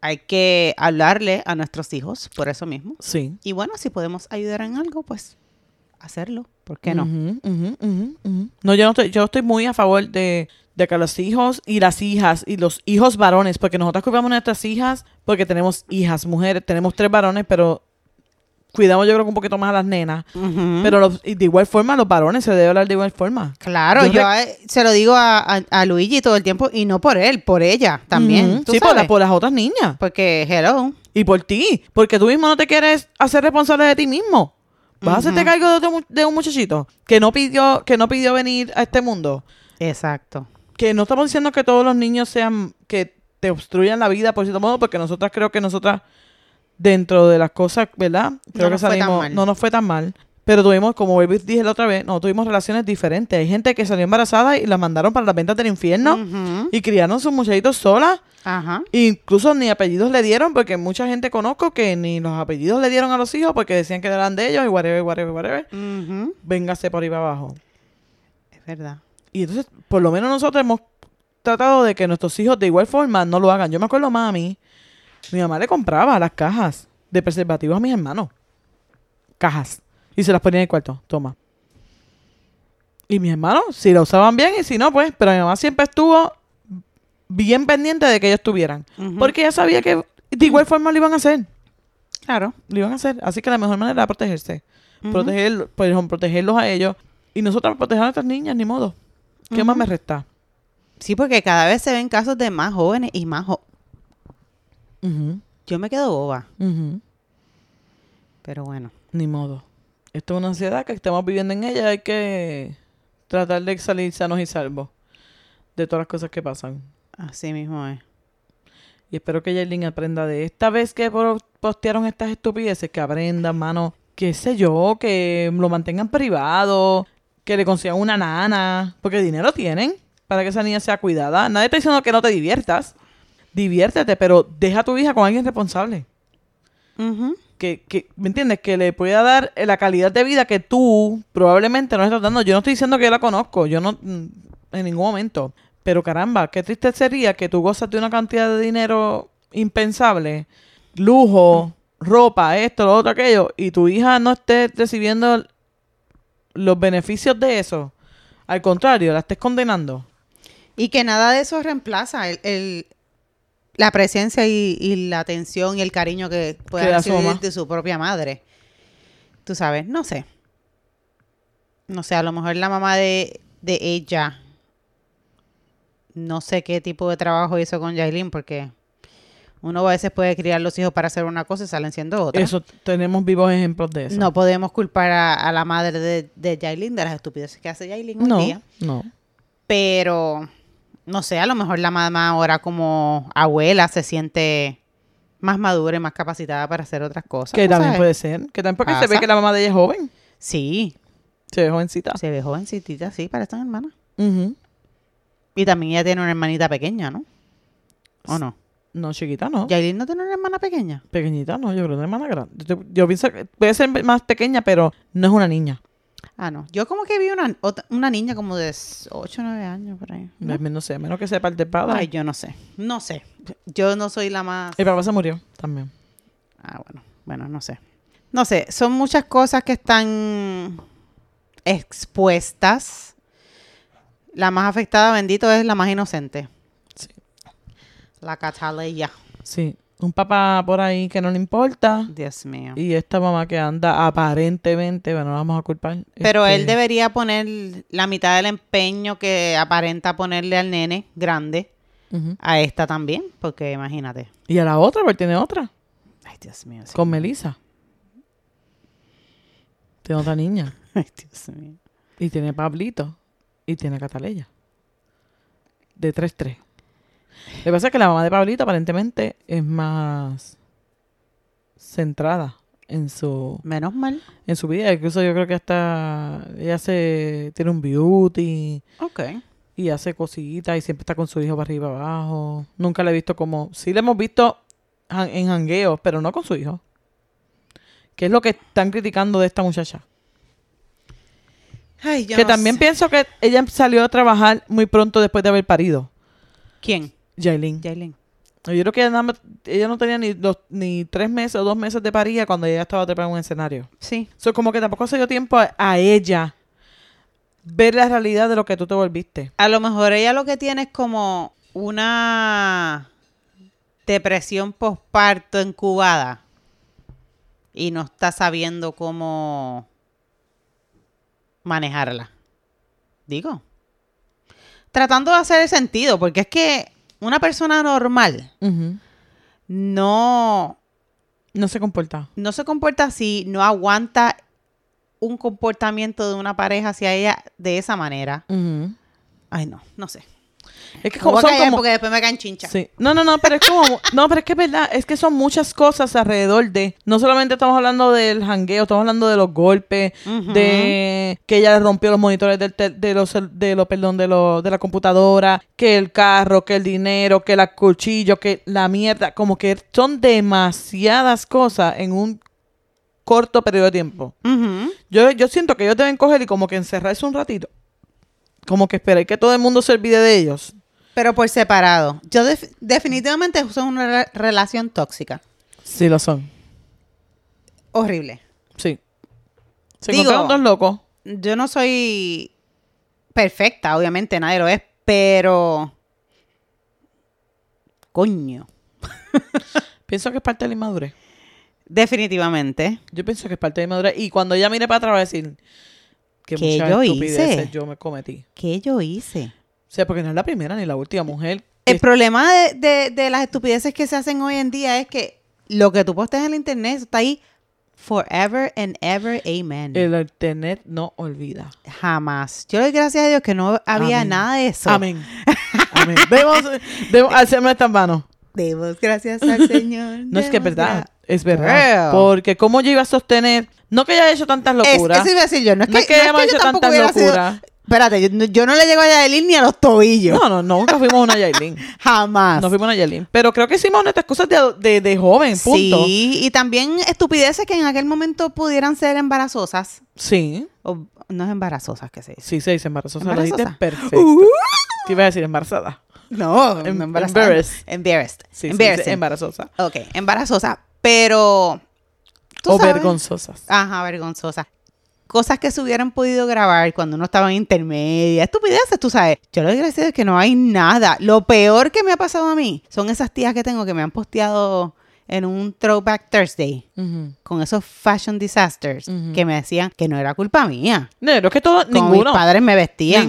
hay que hablarle a nuestros hijos por eso mismo.
Sí.
Y bueno, si podemos ayudar en algo, pues hacerlo. ¿Por qué no?
Ujú, ujú, ujú, ujú. No, yo no estoy, yo estoy muy a favor de, de que los hijos y las hijas y los hijos varones, porque nosotros cuidamos a nuestras hijas, porque tenemos hijas, mujeres, tenemos tres varones, pero cuidamos yo creo que un poquito más a las nenas.
Ujú.
Pero los- y de igual forma, los varones se debe hablar de igual forma.
claro,
yo
yo, eh, se lo digo a, a- a Luigi todo el tiempo y no por él, por ella también.
Ujú.
¿tú
Sí, por, la-
sabes?
por las otras niñas.
Porque, hello,
Y por ti. Porque tú mismo no te quieres hacer responsable de ti mismo. Vas a hacerte
Ujú.
cargo de, otro mu- de un muchachito que no pidió, que no pidió venir a este mundo.
exacto.
que no estamos diciendo que todos los niños sean que te obstruyan la vida por cierto modo porque nosotras creo que nosotras dentro de las cosas verdad creo que
nos fue tan
salimos-
mal.
no nos fue tan mal pero tuvimos como baby dije la otra vez no tuvimos relaciones diferentes hay gente que salió embarazada y la mandaron para las ventas del infierno
Ujú.
y criaron sus muchachitos solas
Ajá.
incluso ni apellidos le dieron porque mucha gente conozco que ni los apellidos le dieron a los hijos porque decían que eran de ellos y whatever whatever whatever
Ujú.
véngase por ahí para abajo
Es verdad.
y entonces, por lo menos nosotros hemos tratado de que nuestros hijos de igual forma no lo hagan. Yo me acuerdo, mami, mi mamá le compraba las cajas de preservativos a mis hermanos. Cajas. Y se las ponía en el cuarto. Toma. Y mis hermanos, si la usaban bien y si no, pues. Pero mi mamá siempre estuvo bien pendiente de que ellos tuvieran.
Ujú.
Porque ella sabía que de igual forma lo iban a hacer.
Claro.
Lo iban a hacer. Así que la mejor manera era protegerse.
Ujú.
Proteger, por ejemplo, protegerlos a ellos. Y nosotros proteger a nuestras niñas, ni modo. ¿Qué más
Ujú.
me resta?
Sí, porque cada vez se ven casos de más jóvenes y más jo-
Ujú,
Yo me quedo boba,
ujú.
pero bueno.
Ni modo. Esto es una ansiedad que estamos viviendo en ella. Hay que tratar de salir sanos y salvos de todas las cosas que pasan.
Así mismo es.
Y espero que Jaylin aprenda de esta vez que pro- postearon estas estupideces, que aprenda, mano, qué sé yo, que lo mantengan privado, que le consigan una nana, porque dinero tienen para que esa niña sea cuidada. Nadie está diciendo que no te diviertas. Diviértete, pero deja a tu hija con alguien responsable.
Ujú.
que, que- ¿me entiendes? Que le pueda dar eh, la calidad de vida que tú probablemente no estás dando. Yo no estoy diciendo que yo la conozco, yo no, mm, en ningún momento. Pero caramba, qué triste sería que tú gozas de una cantidad de dinero impensable, lujo, ropa, esto, lo otro, aquello, y tu hija no esté recibiendo los beneficios de eso. Al contrario, la estés condenando.
Y que nada de eso reemplaza el, el- la presencia y, y la atención y el cariño que puede
Que da su
recibir
mamá.
de su propia madre. Tú sabes, no sé. No sé, a lo mejor la mamá de, de ella. No sé qué tipo de trabajo hizo con Jailin, porque uno a veces puede criar los hijos para hacer una cosa y salen siendo otra.
Eso, tenemos vivos ejemplos de eso.
No podemos culpar a, a la madre de, de Yailin de las estupideces que hace Yailin hoy
no,
día.
no.
Pero, no sé, a lo mejor la mamá ahora como abuela se siente más madura y más capacitada para hacer otras cosas.
Que
tú
también
sabes.
puede ser. Que también porque se ve
Pasa.
que la mamá de ella es joven.
Sí,
Se ve jovencita.
se ve jovencita, sí, para esta hermana.
Ujú.
Y también ella tiene una hermanita pequeña, ¿no? ¿O no?
No, chiquita, no.
Yailin no tiene una hermana pequeña.
Pequeñita, no, yo creo que una hermana grande. Yo, yo pienso que puede ser más pequeña, pero no es una niña.
Ah, no. Yo como que vi una, otra- una niña como de 8 o 9 años por ahí. ¿no?
No, sé, a menos que sepa el de padre.
Ay, yo no sé. No sé. Yo no soy la más...
El papá se murió también.
Ah, bueno. Bueno, no sé. No sé. Son muchas cosas que están expuestas. La más afectada, bendito, es la más inocente.
Sí.
La cataleya.
Sí. Un papá por ahí que no le importa.
Dios mío.
Y esta mamá que anda aparentemente, bueno, no la vamos a culpar.
Pero él
este,
debería poner la mitad del empeño que aparenta ponerle al nene grande
ujú.
a esta también, porque imagínate.
Y a la otra, porque tiene otra.
Ay, Dios mío. sí.
Con Melissa. Tiene otra niña.
Ay, Dios mío.
Y tiene Pablito. Y tiene Cataleya. De 3-3. Lo que pasa es que la mamá de Pablito aparentemente es más centrada en su,
Menos mal.
en su vida. Incluso yo creo que hasta ella se tiene un beauty
Ok.
y hace cositas y siempre está con su hijo para arriba y para abajo. Nunca la he visto como... Sí la hemos visto jan- en jangueos, pero no con su hijo. Que es lo que están criticando de esta muchacha
Ay, yo
que
no
también
sé.
pienso que ella salió a trabajar muy pronto después de haber parido.
¿Quién?
Jailin.
Jalen.
Yo creo que ella, nada más- ella no tenía ni, dos, ni tres meses o dos meses de parida cuando ella estaba trepada en un escenario.
Sí.
So, como que tampoco se dio tiempo a, a ella ver la realidad de lo que tú te volviste.
A lo mejor ella lo que tiene es como una depresión postparto incubada y no está sabiendo cómo manejarla. Digo, tratando de hacer el sentido, porque es que una persona normal no,
No se comportaba.
no se comporta así, no aguanta un comportamiento de una pareja hacia ella de esa manera. Ay, no, no sé.
Es que
Me voy
como,
a
son
callar
como-
porque después me caen chincha.
Sí. No, no, no, pero es como... No, pero es que es verdad. Es que son muchas cosas alrededor de... No solamente estamos hablando del jangueo, estamos hablando de los golpes,
Ujú.
de que ella le rompió los monitores del tel- de los cel- de los perdón de los de la computadora que el carro que el dinero que la cuchillo que la mierda como que son demasiadas cosas en un corto periodo de tiempo
Ujú.
yo, yo siento que ellos deben coger y como que encerrarse un ratito como que esperar que todo el mundo se olvide de ellos
Pero por separado. Yo def- definitivamente eso es una re- relación tóxica.
sí lo son
Horrible.
sí se
Digo-
encontraron dos locos
Yo no soy perfecta, obviamente nadie lo es, pero... Coño.
pienso que es parte de la inmadurez
Definitivamente.
Yo pienso que es parte de mi madurez. Y cuando ella mire para atrás va a decir que
¿Qué
muchas
yo
estupideces
hice?
yo me cometí.
¿Qué yo hice?
O sea, porque no es la primera ni la última mujer.
El
que-
problema de, de- de las estupideces que se hacen hoy en día es que lo que tú posteas en el internet eso está ahí forever and ever, amen.
el internet no olvida.
Jamás. Yo le doy gracias a Dios que no había
Amén.
nada de eso.
Amén. Amén. Debemos, debemos hacerme estas manos.
Demos gracias al Señor.
No es que es
demos
verdad.
gra-
Es verdad.
Girl.
Porque cómo yo iba a sostener. No que haya hecho tantas
Es-
locuras.
eso iba a decir yo. No es que,
no es que
no es
hayamos
que yo
hecho
tampoco
tantas
hubiera sido-
locuras.
Espérate, yo, no- yo no le llego a Yadelin ni a los tobillos.
No, no, no, nunca fuimos una Yailin.
Jamás.
No fuimos una Yailin. Pero creo que hicimos nuestras cosas de, de, de joven, punto.
Sí, y también estupideces que en aquel momento pudieran ser embarazosas.
Sí.
O, no es embarazosas que se dice.
Sí, se dice embarazosa. Lo
Embarazosa. Uh.
dijiste perfecto. Te iba a decir embarazada.
No,
Uh-huh. Em-
no embarazada.
embarrassed.
Embarrassed.
Sí, sí,
Embarrassing.
sí, embarazosa.
ok, embarazosa. Pero. tú
O
sabes.
vergonzosas.
Ajá, vergonzosa. Cosas que se hubieran podido grabar cuando uno estaba en intermedia. Estupideces, tú sabes. Yo lo desgraciado es que no hay nada. Lo peor que me ha pasado a mí son esas tías que tengo que me han posteado en un Throwback Thursday con esos fashion disasters
Ujú.
que me decían que no era culpa mía.
No, es que todo,
Como
ninguno.
mis padres me vestían.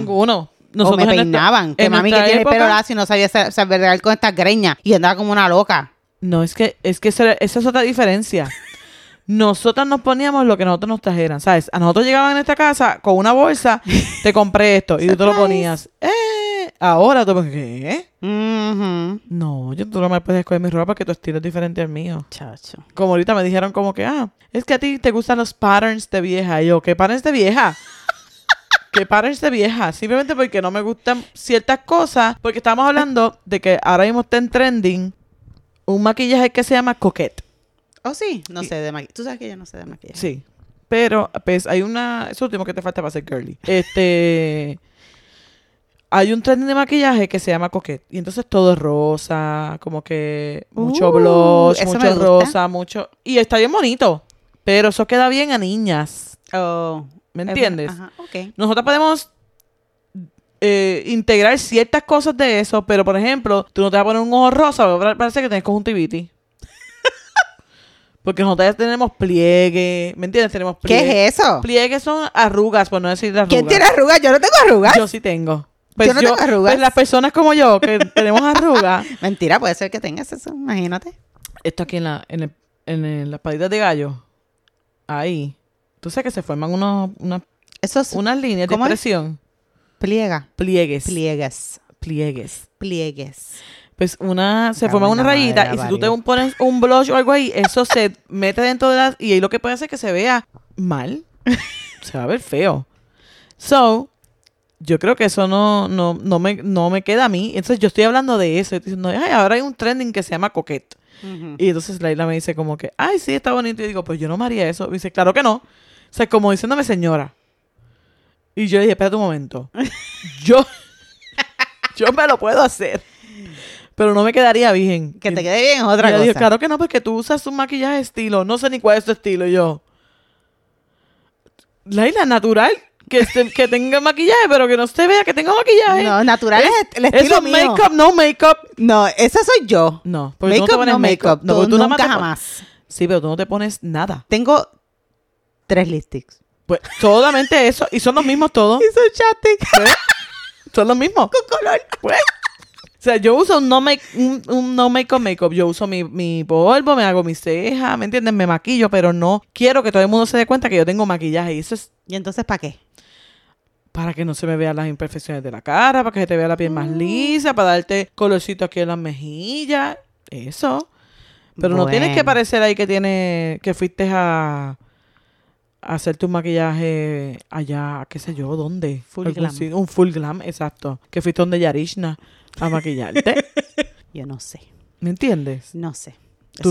o
Ninguno.
me
en nuestra-
peinaban. que
en
mami que
nuestra
tiene el pelo
época-
lacio y no sabía sa- saber real con estas greñas. Y andaba como una loca.
No, es que, es que esa, esa es otra diferencia. Nosotras nos poníamos lo que nosotros nos trajeran, ¿sabes? A nosotros llegaban en esta casa con una bolsa, te compré esto y tú te lo
Surprise.
ponías. Eh, ahora tú, ¿qué?
Ujú.
No, yo tú no me puedes escoger mi ropa porque tu estilo es diferente al mío.
Chacho.
como ahorita me dijeron como que, ah, es que a ti te gustan los patterns de vieja. Y yo, ¿qué patterns de vieja? que pares de vieja, simplemente porque no me gustan ciertas cosas, porque estamos hablando de que ahora mismo está en trending un maquillaje que se llama coquette.
Oh, sí, no sé de maquillaje. Tú sabes que yo no sé de maquillaje.
Sí. Pero, pues, hay una. Es último que te falta para ser girly. Este. Hay un trend de maquillaje que se llama coquette. Y entonces todo es rosa, como que mucho
Uh,
blush,
eso me
mucho
gusta.
rosa, mucho. Y está bien bonito. Pero eso queda bien a niñas.
Oh,
¿Me
es-
entiendes?
Ajá, ok.
Nosotros podemos eh, integrar ciertas cosas de eso, pero por ejemplo, tú no te vas a poner un ojo rosa, pero pare- parece que tienes conjuntivitis. Porque nosotros ya tenemos pliegue, ¿me entiendes? Tenemos
¿Qué
pliegue.
es eso?
Pliegues son arrugas, por no decir arrugas.
¿Quién tiene arrugas? Yo no tengo arrugas.
Yo sí tengo. Pues
Yo no tengo arrugas.
pues las personas como yo que tenemos arrugas,
Mentira, puede ser que tengas eso, imagínate.
esto aquí en, la, en, el- en el- las patitas de gallo, ahí, tú sabes que se forman unos, unas,
Eso es
unas líneas de
¿Cómo es?
expresión.
pliega.
Pliegues.
Pliegas.
pliegues.
Pliegues.
Pues una, se
Cago
forma
en
una
la madre,
rayita
la
y si tú te
parió.
pones un blush o algo ahí, eso se mete dentro de las... Y ahí lo que puede hacer es que se vea mal. se va a ver feo. So, yo creo que eso no, no, no, me, no me queda a mí. Entonces yo estoy hablando de eso. Y estoy diciendo, ay, ahora hay un trending que se llama coquette.
Ujú.
Y entonces Laila me dice como que, ay, sí, está bonito. Y digo, pues yo no me haría eso. Y dice, claro que no. O sea, como diciéndome señora. Y yo le dije, espérate un momento. Yo, yo me lo puedo hacer. Pero no me quedaría virgen.
Que
Y-
te quede bien es
y
otra
ella
cosa.
dijo, claro que no, porque tú usas un maquillaje estilo. No sé ni cuál es tu estilo. Y yo, Laila, natural. Que, este- que tenga maquillaje, pero que no se vea que tenga maquillaje.
no, natural es, el
eso
estilo
es
mío.
make-up, no make-up.
No, esa soy yo.
No, porque tú no te
Make-up no,
pones
make-up.
No,
Tú
porque tú nada más
nunca
te pon-
jamás.
Sí, pero tú no te pones nada.
Tengo tres lipsticks.
Pues solamente eso. Y son los mismos todos.
Y son chapstick
Son los mismos.
con color.
Pues. O sea, yo uso un no make un, un no make makeup. Yo uso mi, mi polvo, me hago mis cejas, ¿me entiendes? Me maquillo, pero no quiero que todo el mundo se dé cuenta que yo tengo maquillaje. Y eso es
¿Y entonces para qué?
para que no se me vean las imperfecciones de la cara, para que se te vea la piel
Mm.
más lisa, para darte colorcito aquí en las mejillas. Eso. Pero no tienes que
Bueno.
parecer ahí que tiene que fuiste a, a hacerte un maquillaje allá, qué sé yo, ¿dónde?
Full
Algún
glam.
sitio- un full glam, exacto. Que fuiste donde Yarishna a maquillarte.
Yo no sé.
¿Me entiendes?
No sé.
Tú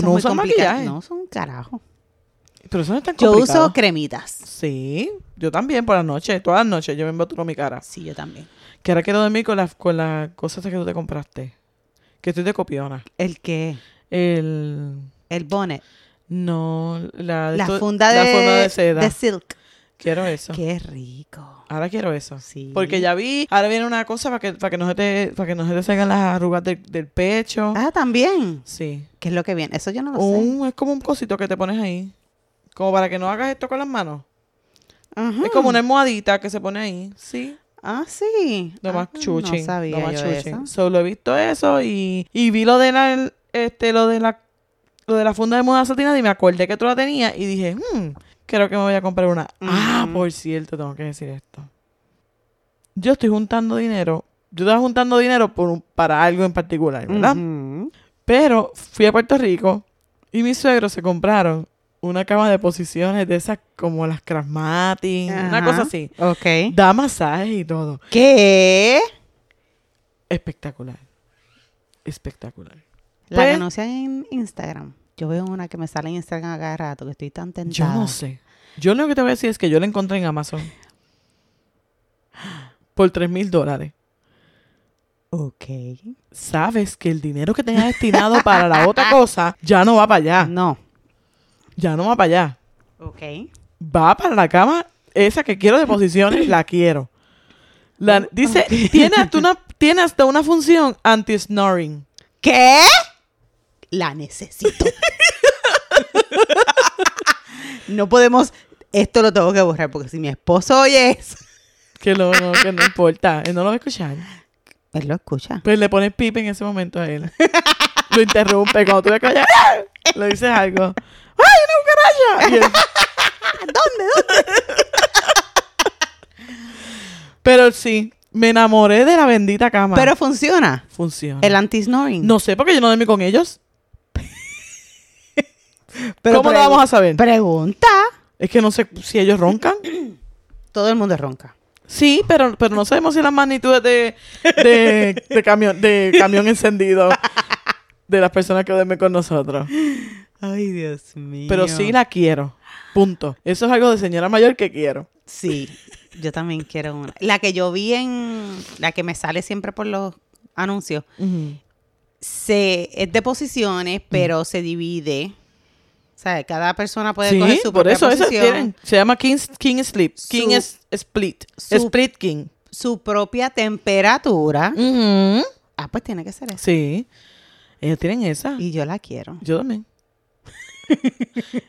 Eso es
no
muy
usas
complicado.
maquillaje.
No, son un carajo.
Pero eso no es tan
Yo
complicado.
uso cremitas.
Sí, yo también por la noche, todas las noches yo me embaturo mi cara.
Sí, yo también.
Que ahora quiero dormir con las con las cosas que tú te compraste. Que estoy de copiona.
¿El qué?
El
El bonnet.
no, la, de
La
esto-
funda de,
la forma de seda.
de silk.
Quiero eso.
Qué rico.
Ahora quiero eso.
Sí.
Porque ya vi, ahora viene una cosa para que, para que no se te, para que no se te salgan las arrugas del, del pecho.
Ah, también.
Sí.
¿Qué es lo que viene? Eso yo no lo sé.
Un- es como un cosito que te pones ahí. Como para que no hagas esto con las manos.
Ajá.
Es como una almohadita que se pone ahí. Sí.
Ah, sí.
Lo
Ah,
más chuching.
No sabía
lo más
yo
chuching.
eso.
Solo he visto eso y, y vi lo de la, este, lo de la, lo de la funda de moda satinada y me acordé que tú la tenías y dije, "Hmm, creo que me voy a comprar una. Ah,
Ujú.
por cierto, tengo que decir esto. Yo estoy juntando dinero. Yo estaba juntando dinero por un- para algo en particular, ¿verdad?
Ujú.
Pero fui a Puerto Rico y mis suegros se compraron una cama de posiciones de esas como las Krasmati, una
Ajá.
cosa así.
Ok.
Da masajes y todo.
¿Qué?
Espectacular. Espectacular.
La que
Pues-
anuncian en Instagram. Yo veo una que me sale en Instagram a cada rato, que estoy tan
Yo
tentada.
no sé. Yo lo que te voy a decir es que yo la encontré en Amazon. Por 3 mil dólares.
Ok.
Sabes que el dinero que tenías destinado para la otra cosa ya no va para allá.
No.
Ya no va para allá.
Ok.
Va para la cama. Esa que quiero de posiciones, la quiero. La- dice, tiene hasta, una, tiene hasta una función anti-snoring.
¿Qué? La necesito. no podemos. Esto lo tengo que borrar porque si mi esposo oye eso.
Que, lo, no, que no importa. Él no lo va a escuchar.
Él lo escucha.
Pues le pones pipe en ese momento a él. lo interrumpe. Cuando tú le callas, ¡ah! le dices algo. ¡Ay, una cucaracha! Y él-
¿Dónde? ¿Dónde?
pero sí, me enamoré de la bendita cama.
Pero funciona.
funciona.
El anti-snoring.
No sé, porque yo no dormí con ellos.
Pero
¿Cómo lo
pregu-
vamos a saber?
Pregunta.
Es que no sé si ellos roncan.
Todo el mundo ronca.
Sí, pero, pero no sabemos si las magnitudes de, de, de camión, de camión encendido de las personas que duermen con nosotros.
Ay, Dios mío.
Pero sí la quiero. Punto. Eso es algo de señora mayor que quiero.
Sí, yo también quiero una. La que yo vi en... La que me sale siempre por los anuncios. Se, es de posiciones, pero se divide. O sea, cada persona puede
Sí,
coger su
por
propia
eso esas
posición.
tienen. Se llama King, King Sleep. King
Su-
es Split.
su-
Split King.
Su propia temperatura. Ah, pues tiene que ser eso.
Sí. Ellos tienen esa.
Y yo la quiero.
Yo también.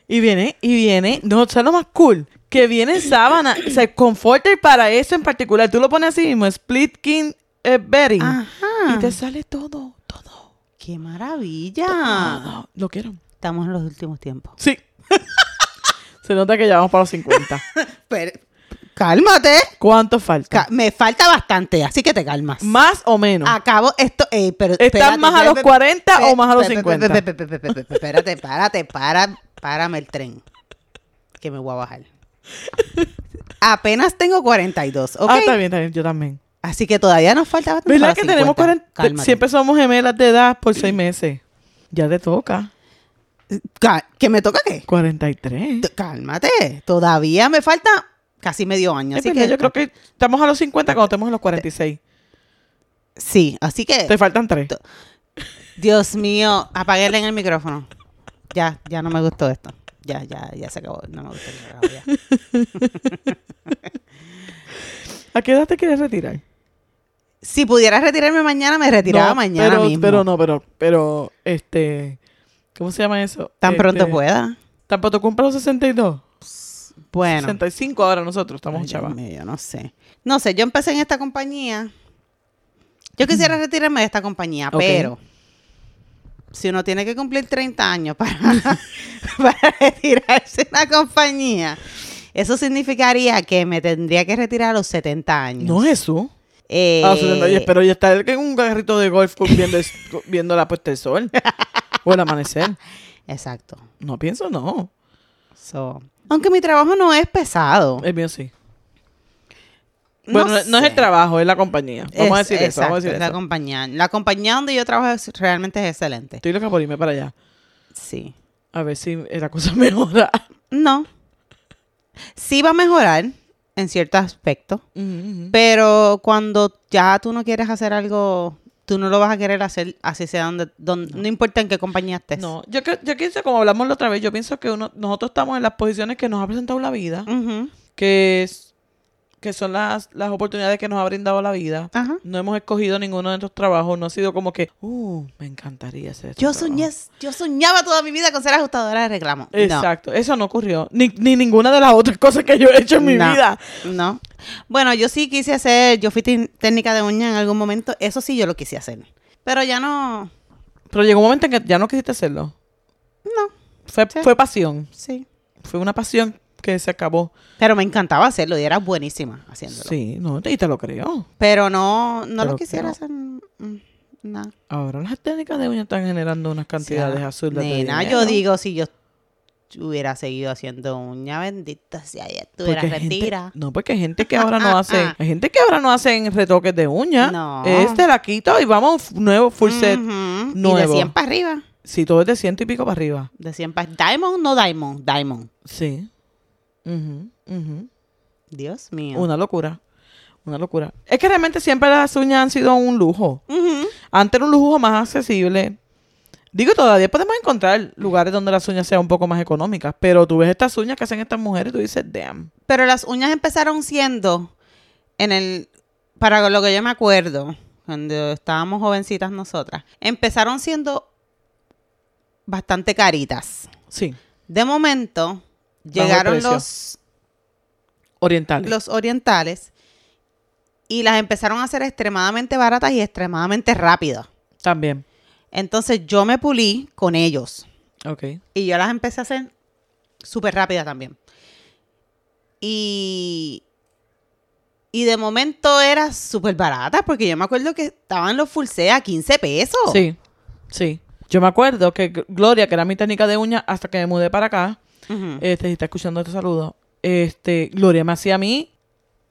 y viene, y viene, no, eso es lo más cool. Que viene sábana, o sea, comforter para eso en particular. Tú lo pones así mismo, split king eh, bedding.
Ajá.
Y te sale todo, todo.
¡Qué maravilla!
todo. Lo quiero.
Estamos en los últimos tiempos.
Sí. Se nota que ya vamos para los 50.
Pero, cálmate.
¿Cuánto falta?
Ca- me falta bastante, así que te calmas.
más o menos.
Acabo esto. eh, pero,
¿Estás
espérate,
más a los
espérate,
40 o más a los
espérate,
50?
espérate, espérate, espérate, Espérate, párate, para, párame el tren. Que me voy a bajar. Apenas tengo 42, ¿ok?
Ah, está bien, está bien, yo también.
Así que todavía nos falta bastante.
¿Verdad
para
que
50?
tenemos 40?
Cálmate.
Siempre somos gemelas de edad por 6 meses. Ya te toca.
Ca- ¿Que me toca qué?
43.
T- Cálmate. Todavía me falta casi medio año.
Es
Así
verdad,
que
yo creo que estamos a los 50 cuando estemos a los 46.
Sí, así que.
Te faltan tres.
to- Dios mío, apaguenle en el micrófono. Ya, ya no me gustó esto. Ya, ya, ya se acabó. No me gustó el programa, ya.
¿A qué edad te quieres retirar?
Si pudiera retirarme mañana, me retiraba
No,
mañana
pero,
mismo.
Pero no, pero, pero, este, ¿cómo se llama eso?
Tan
Este,
pronto pueda.
Tan pronto cumpla los 62.
Bueno.
65 ahora nosotros estamos
Ay, Dios
chavas.
mío, yo no sé. No sé, yo empecé en esta compañía. Yo quisiera retirarme de esta compañía,
Mm. Ok.
pero si uno tiene que cumplir 30 años para, para retirarse de una compañía, eso significaría que me tendría que retirar a los 70 años.
No, Jesús.
Eh,
A los 70 y espero ya estar en un carrito de golf viendo, el- viendo la puesta del sol. o el amanecer.
Exacto.
No pienso, no.
So, aunque mi trabajo no es pesado.
El mío sí. Eh, Bueno, no, es
sé.
el trabajo, es la compañía. Vamos a
Es-
decir eso, vamos a
exacto,
decir
la
eso.
compañía. La compañía donde yo trabajo es- realmente es excelente.
Estoy loca por irme para allá.
Sí.
A ver si eh, la cosa mejora.
No. Sí va a mejorar en cierto aspecto, pero cuando ya tú no quieres hacer algo, tú no lo vas a querer hacer así sea donde, don- no. importa en qué compañía estés.
Pues, No, yo, cre- yo pienso, como hablamos la otra vez, yo pienso que uno, nosotros estamos en las posiciones que nos ha presentado la vida,
Ujú.
que, es, que son las, las oportunidades que nos ha brindado la vida.
Ajá.
No hemos escogido ninguno de nuestros trabajos, no ha sido como que, uh, me encantaría hacer este
Yo
trabajo".
soñé, yo soñaba toda mi vida con ser ajustadora de reclamo.
Exacto, eso no ocurrió. Ni, ni ninguna de las otras cosas que yo he hecho en mi
No.
vida.
No, no. Bueno, yo sí quise hacer, yo fui tin- técnica de uña en algún momento, eso sí yo lo quise hacer. Pero ya no,
Pero llegó un momento en que ya no quisiste hacerlo.
no,
Fue,
Sí.
fue pasión.
sí.
Fue una pasión que se acabó.
Pero me encantaba hacerlo y era buenísima haciéndolo.
Sí, no, y te lo creo.
Pero no, no
Pero
lo quisiera
no.
hacer. mm, mm, No.
Ahora las técnicas de uña están generando unas cantidades
O sea,
absurdas. de
Nena,
dinero.
yo digo, si yo hubiera seguido haciendo uña, bendita sea, ya estuviera
Porque hay gente-
retira. Ah,
no, porque hay gente que ahora no hace, hay gente que ahora no hacen retoques de uña.
No.
Este la quito y vamos nuevo full set.
Ujú, Y
nuevo.
de 100 para arriba.
Si todo es de ciento y pico para arriba.
De 100 para Diamond, no Diamond, Diamond.
Sí. Ujú, ujú.
Dios mío.
Una locura. Una locura. Es que realmente siempre las uñas han sido un lujo.
Ujú.
Antes era un lujo más accesible. Digo, todavía podemos encontrar lugares donde las uñas sean un poco más económicas. Pero tú ves estas uñas que hacen estas mujeres y tú dices, damn.
Pero las uñas empezaron siendo, en el, para lo que yo me acuerdo, cuando estábamos jovencitas nosotras, empezaron siendo bastante caritas.
Sí.
De momento,
Bajó el
llegaron
precio.
los,
Orientales.
los orientales y las empezaron a hacer extremadamente baratas y extremadamente rápidas.
También.
Entonces yo me pulí con ellos
Ok.
y yo las empecé a hacer súper rápidas también. Y, y de momento era súper baratas porque yo me acuerdo que estaban los full set a 15 pesos.
Sí, sí. Oh. Yo me acuerdo que Gl- Gloria, que era mi técnica de uñas hasta que me mudé para acá,
Ujú.
este, si está escuchando este saludo, este, Gloria me hacía a mí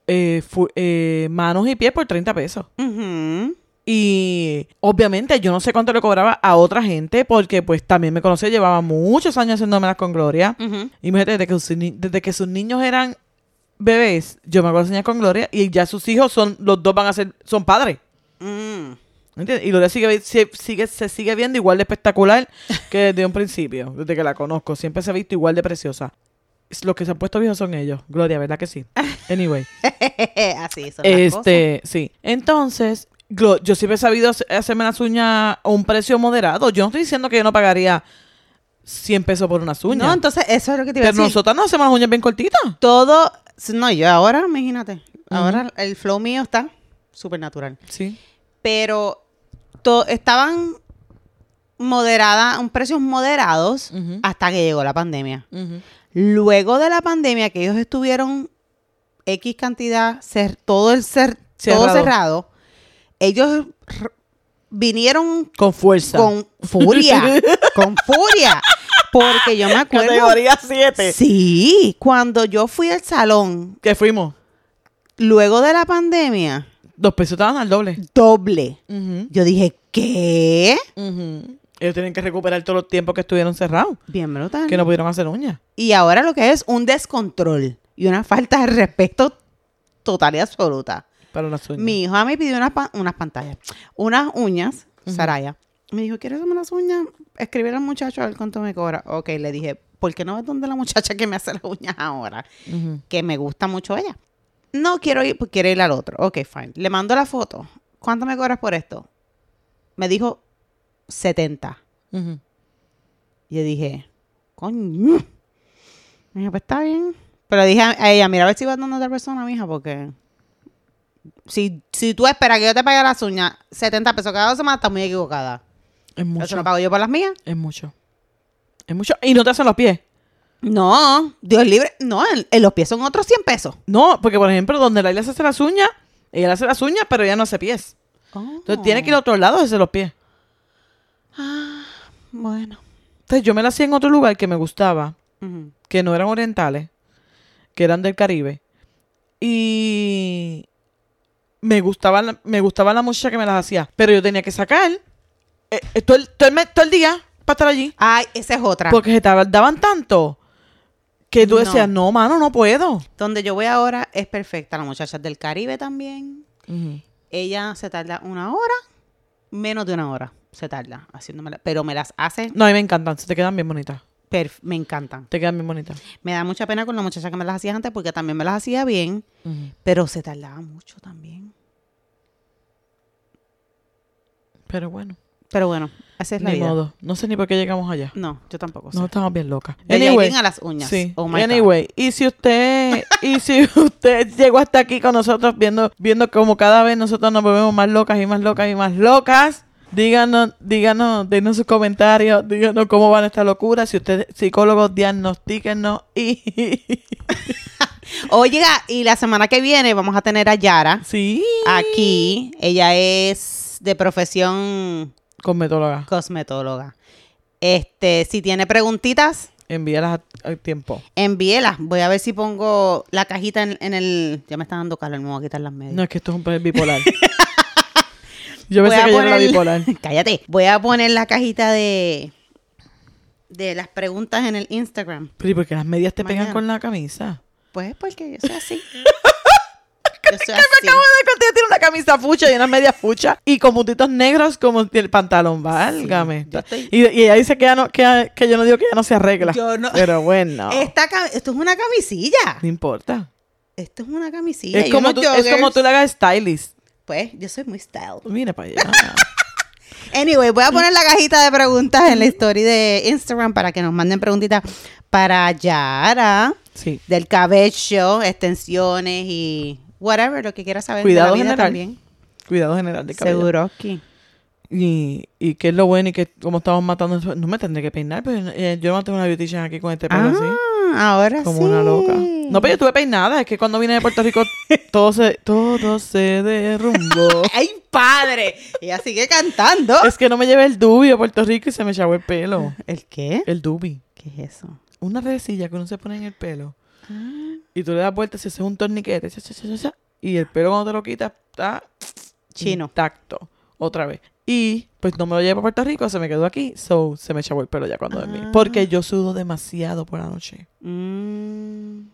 eh, fu- eh, manos y pies por 30 pesos.
Ujú.
Y obviamente yo no sé cuánto le cobraba a otra gente porque pues también me conocía, llevaba muchos años haciéndomelas con Gloria.
Ujú.
Y imagínate, desde que, sus, ni- desde que sus niños eran bebés, yo me acuerdo de enseñar con Gloria y ya sus hijos son, los dos van a ser, son padres.
Mm.
¿Entiendes? Y Gloria sigue, vi- se, sigue, se sigue viendo igual de espectacular que desde un principio, desde que la conozco. Siempre se ha visto igual de preciosa. Es- Los que se han puesto viejos son ellos. Gloria, ¿verdad que sí? Anyway.
Así son las cosas.
este, sí. Entonces, Glo- yo siempre he sabido hace- hacerme las uñas a un precio moderado. Yo no estoy diciendo que yo no pagaría 100 pesos por unas uñas.
No, entonces eso es lo que te iba a
pero
decir.
nosotras nos hacemos las uñas bien cortitas.
Todo. No, yo ahora, imagínate. Ahora el flow mío está súper natural.
Sí.
Pero to- estaban moderadas, un precios moderados
Ujú.
hasta que llegó la pandemia. Luego de la pandemia, que ellos estuvieron X cantidad, cer- todo el cer- todo
Cerrado.
cerrado, ellos r- vinieron
Con fuerza.
con furia, con furia. Porque yo me acuerdo.
categoría 7.
Sí, cuando yo fui al salón,
Que fuimos.
luego de la pandemia,
Los pesos estaban al doble.
doble.
Ujú.
Yo dije, ¿qué?
Ujú. Ellos tienen que recuperar todos los tiempos que estuvieron cerrados,
Bien brutal.
que no pudieron hacer uñas.
Y ahora lo que es un descontrol y una falta de respeto total y absoluta.
Para las uñas.
Mi hija me pidió unas, pa- unas pantallas, unas uñas, Saraya. Me dijo, ¿quieres hacerme unas uñas? Escribir al muchacho a ver cuánto me cobra. Ok, le dije, ¿por qué no es donde la muchacha que me hace las uñas ahora?
Ujú.
que me gusta mucho ella. No quiero ir, pues quiero ir al otro. Ok, fine. Le mando la foto. ¿Cuánto me cobras por esto? Me dijo 70.
Ujú.
Y yo dije, coño. Me dijo, pues está bien. Pero le dije a a ella, mira a ver si va dando a otra persona, mija, porque si, si tú esperas que yo te pague las uñas 70 pesos cada dos semanas, estás muy equivocada.
Es
¿Eso
mucho.
lo pago yo por las mías?
Es mucho. Es mucho. Y no te hacen los pies.
No, Dios libre. No, en, en los pies son otros 100 pesos.
No, porque por ejemplo, donde Laila se hace las uñas, ella le hace las uñas, pero ella no hace pies.
Oh.
Entonces tiene que ir a otro lado a hacer los pies.
Ah, bueno.
Entonces yo me las hacía en otro lugar que me gustaba,
Ujú.
que no eran orientales, que eran del Caribe. Y me gustaba, la- me gustaba la muchacha que me las hacía, pero yo tenía que sacar eh, eh, todo, el, todo el mes- todo el día para estar allí.
Ay, esa es otra.
Porque se tardaban tanto que tú
Ah. No.
decías, no, mano, no puedo.
Donde yo voy ahora es perfecta. La muchacha es del Caribe también. Ella se tarda una hora, menos de una hora se tarda haciéndomela. Pero me las hace,
No, a mí me encantan, se te quedan bien bonitas.
perf- me encantan.
Te quedan bien bonitas.
Me da mucha pena con la muchacha que me las hacía antes porque también me las hacía bien, pero se tardaba mucho también.
Pero bueno,
Pero bueno, esa es la
ni
vida.
modo. No sé ni por qué llegamos allá.
No, yo tampoco sé.
No estamos bien locas.
De
Anyway,
Yailin a las uñas.
Sí.
Oh my God.
anyway, y si usted, y si usted llegó hasta aquí con nosotros viendo, viendo como cada vez nosotros nos volvemos más locas y más locas y más locas. Díganos, díganos, denos sus comentarios, díganos cómo va nuestra locura. Si usted es psicólogo, diagnostíquenos y...
Oye, y la semana que viene vamos a tener a Yara
sí.
aquí. Ella es de profesión
Cosmetóloga,
cosmetóloga. Este, si tiene preguntitas,
envíalas a- al tiempo.
envíelas. Voy a ver si pongo la cajita en, en el. Ya me está dando calor, me voy a quitar las medias.
No, es que esto es un país bipolar. Yo
Voy
pensé
a
que yo era la
poner-
bipolar.
Cállate. Voy a poner la cajita de de las preguntas en el Instagram.
Pero ¿y por qué las medias te
Mañana.
pegan con la camisa?
Pues porque yo soy así. yo soy así.
Acabo Ah, de contar, tiene una camisa fucha y una media fucha y con puntitos negros como el pantalón, válgame.
yo estoy-
y, y ella dice que, ya no, que, que yo no digo que ya no se arregla.
Yo no-
Pero bueno,
Esta ca- esto es una camisilla.
no importa.
Esto es una camisilla. y
es, como
unos
tú, es como
joggers.
tú le hagas stylist.
Pues yo soy muy style.
Mira para allá.
Anyway, voy a poner la cajita de preguntas en la story de Instagram para que nos manden preguntitas para Yara
Sí.
del cabello, extensiones y whatever, lo que quieras saber.
Cuidado
de la vida
general
también.
Cuidado general de cabello.
Seguro aquí.
Y, y qué es lo bueno y que como estamos matando. eso- No me tendré que peinar, pero eh, yo no tengo una beautician aquí con este pelo
Ah,
así.
ahora
Como
sí.
una loca. No, pero yo estuve peinada. Es que cuando vine de Puerto Rico todo se, todo se derrumbó.
¡Ay, padre! Ella sigue cantando.
Es que no me llevé el dubi a Puerto Rico y se me echó el pelo.
¿El qué?
El dubi.
¿Qué es eso?
Una redecilla que uno se pone en el pelo. Y tú le das vueltas, si haces un torniquete, cha, cha, cha, cha, cha, y el pelo cuando te lo quitas está
Chino.
intacto. Otra vez. Y pues no me lo llevé para Puerto Rico, se me quedó aquí, so se me echó el pelo ya cuando dormí.
Ah.
Porque yo sudo demasiado por la noche.
Mm.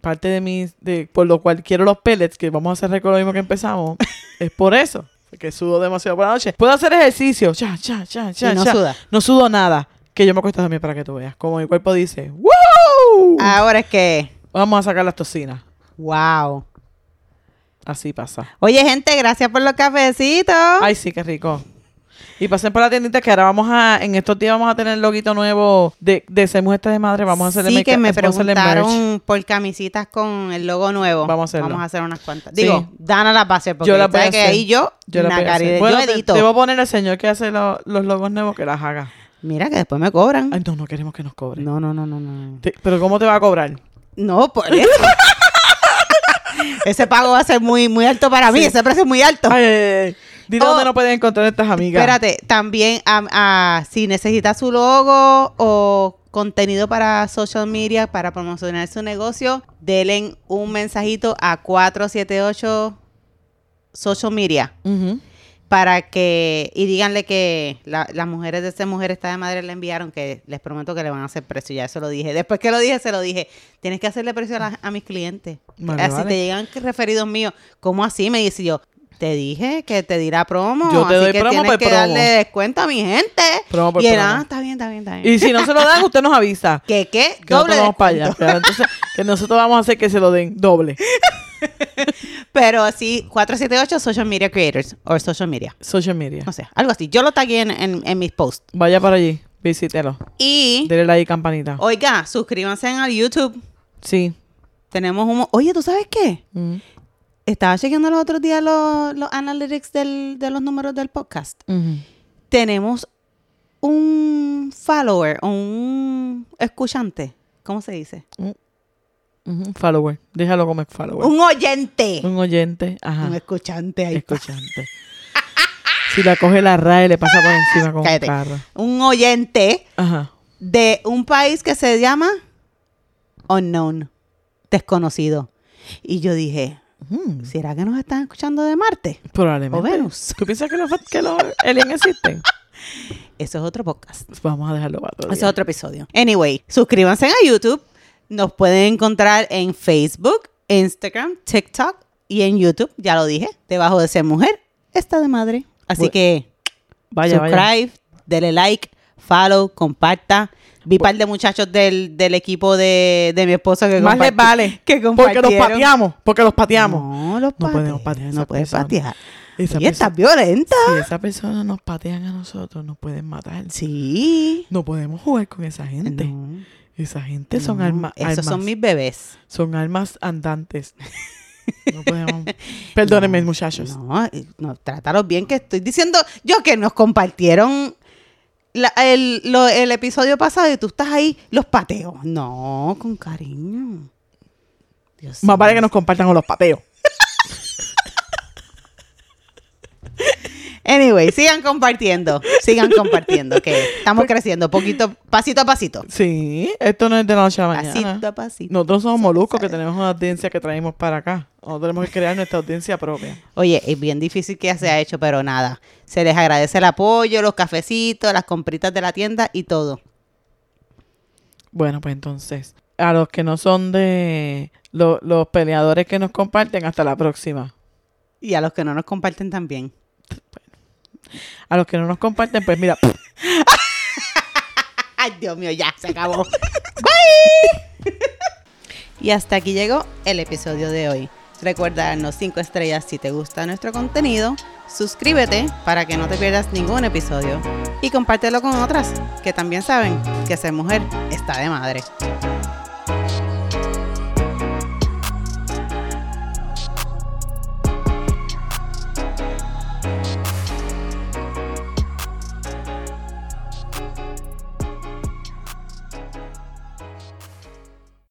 Parte de mis, de, por lo cual quiero los pellets, que vamos a hacer récord lo mismo que empezamos, es por eso. Que sudo demasiado por la noche. Puedo hacer ejercicio. Cha, cha, cha, cha,
Y no
cha.
suda.
No sudo nada. Que yo me acuesto también para que tú veas. Como mi cuerpo dice, ¡Woo!
Ahora es que,
Vamos a sacar las tocinas.
wow.
Así pasa.
Oye, gente, gracias por los cafecitos.
Ay, sí, qué rico. Y pasen por la tiendita que ahora vamos a, en estos días vamos a tener el loguito nuevo de, de Ser Mujer Está de Madre. Vamos a hacerle
sí,
make-
que me
vamos a hacerle merch.
preguntaron por camisitas con el logo nuevo.
Vamos a hacerlo.
hacer unas cuantas.
Sí.
Digo, Dana las va a hacer porque
Yo las voy
sabe
a
que
hacer.
ahí yo,
Yo la voy a
Nacari,
hacer.
yo
Bueno, te-
edito.
te voy a poner al señor que hace lo- los logos nuevos que las haga.
Mira que después me cobran.
Ay, no, no queremos que nos cobren.
No, no, no, no, no.
Te- Pero ¿cómo te va a cobrar?
No, por eso. Ese pago va a ser muy, muy alto para mí.
Sí.
Ese precio es muy alto.
Ay, ay, ay. Dile
Oh.
dónde nos pueden encontrar estas amigas.
Espérate, también a, a- si necesitas su logo o contenido para social media, para promocionar su negocio, denle un mensajito a 478 Social Media
Ujú.
para que y díganle que la- las mujeres de esa mujer está de madre le enviaron que les prometo que le van a hacer precio ya eso lo dije después que lo dije se lo dije tienes que hacerle precio a, las- a mis clientes
Vale,
así
vale.
te llegan referidos míos cómo así me dice yo te dije que te dirá promo
Yo te
así
doy
que
promo
tienes
por
que
promo.
darle descuento a mi gente
Promo por
y él,
promo.
ah, está bien está bien está bien
Y si no se lo dan, usted nos avisa.
que qué
Que
doble
nosotros vamos para allá.
descuento.
Pero entonces, que nosotros vamos a hacer que se lo den doble.
pero sí 478 social media creators o social media
Social media.
no sé algo así yo lo tagué en, en, en mis posts
Vaya para allí, visítelo.
y
Dele like y campanita.
Oiga, suscríbanse al YouTube.
Sí.
Tenemos un... Oye, ¿tú sabes qué?
Mm.
Estaba chequeando los otros días los, los analytics del- de los números del podcast. Tenemos un follower, un escuchante. ¿Cómo se dice?
Ujú, Follower. Déjalo como es follower.
Un oyente.
Un oyente.
Un
Ajá.
escuchante ahí.
Escuchante. si la coge la RAE, le pasa por encima con un
Cállate.
carro.
Un oyente
Ajá.
de un país que se llama Unknown, desconocido. Y yo dije,
Mm,
¿será que nos están escuchando de Marte? O
Probablemente.
Venus.
¿Tú piensas que los, que los aliens existen?
Eso es otro podcast.
Pues Vamos a dejarlo para otro
Ese
día.
es otro episodio. Anyway, suscríbanse a YouTube. Nos pueden encontrar en Facebook, Instagram, TikTok y en YouTube. Ya lo dije. Debajo de ser mujer está de madre. Así
Bu-
que
Vaya, vaya.
subscribe, dele like, follow, comparta. Vi par de muchachos del, del equipo de, de mi esposo que
Más les
comparti-
vale.
que
Porque los
compartieron.
pateamos. Porque los pateamos.
No, los
No podemos
pateas,
patear a
No
esa
puedes
persona.
patear.
Esa
Y
persona-
estás violenta.
si esa persona nos patean a nosotros, nos pueden matar.
Sí.
No podemos jugar con esa gente.
No,
Esa gente son
no.
alma-
Esos
almas.
son mis bebés.
son almas andantes. No podemos. Perdónenme, muchachos.
No, eh, no, trátalos bien, que estoy diciendo yo que nos compartieron la- el, lo- el episodio pasado y tú estás ahí, los pateos. No, con cariño. Dios
Más vale
mío.
que nos compartan con los pateos.
Anyway, sigan compartiendo, sigan compartiendo, que estamos creciendo poquito, pasito a pasito.
Sí, esto no es de la noche a la
Pasito
mañana.
a pasito.
Nosotros somos moluscos que tenemos una audiencia que traemos para acá. Nosotros tenemos que crear nuestra audiencia propia.
Oye, es bien difícil que ya se ha hecho, pero nada. Se les agradece el apoyo, los cafecitos, las compritas de la tienda y todo.
Bueno, pues entonces, a los que no son de lo- los peleadores que nos comparten, hasta la próxima.
Y a los que no nos comparten también.
A los que no nos comparten, pues mira.
Ay, Dios mío, ya se acabó. Bye. Y hasta aquí llegó el episodio de hoy. Recuerda darnos 5 estrellas si te gusta nuestro contenido, suscríbete para que no te pierdas ningún episodio y compártelo con otras que también saben que ser mujer está de madre.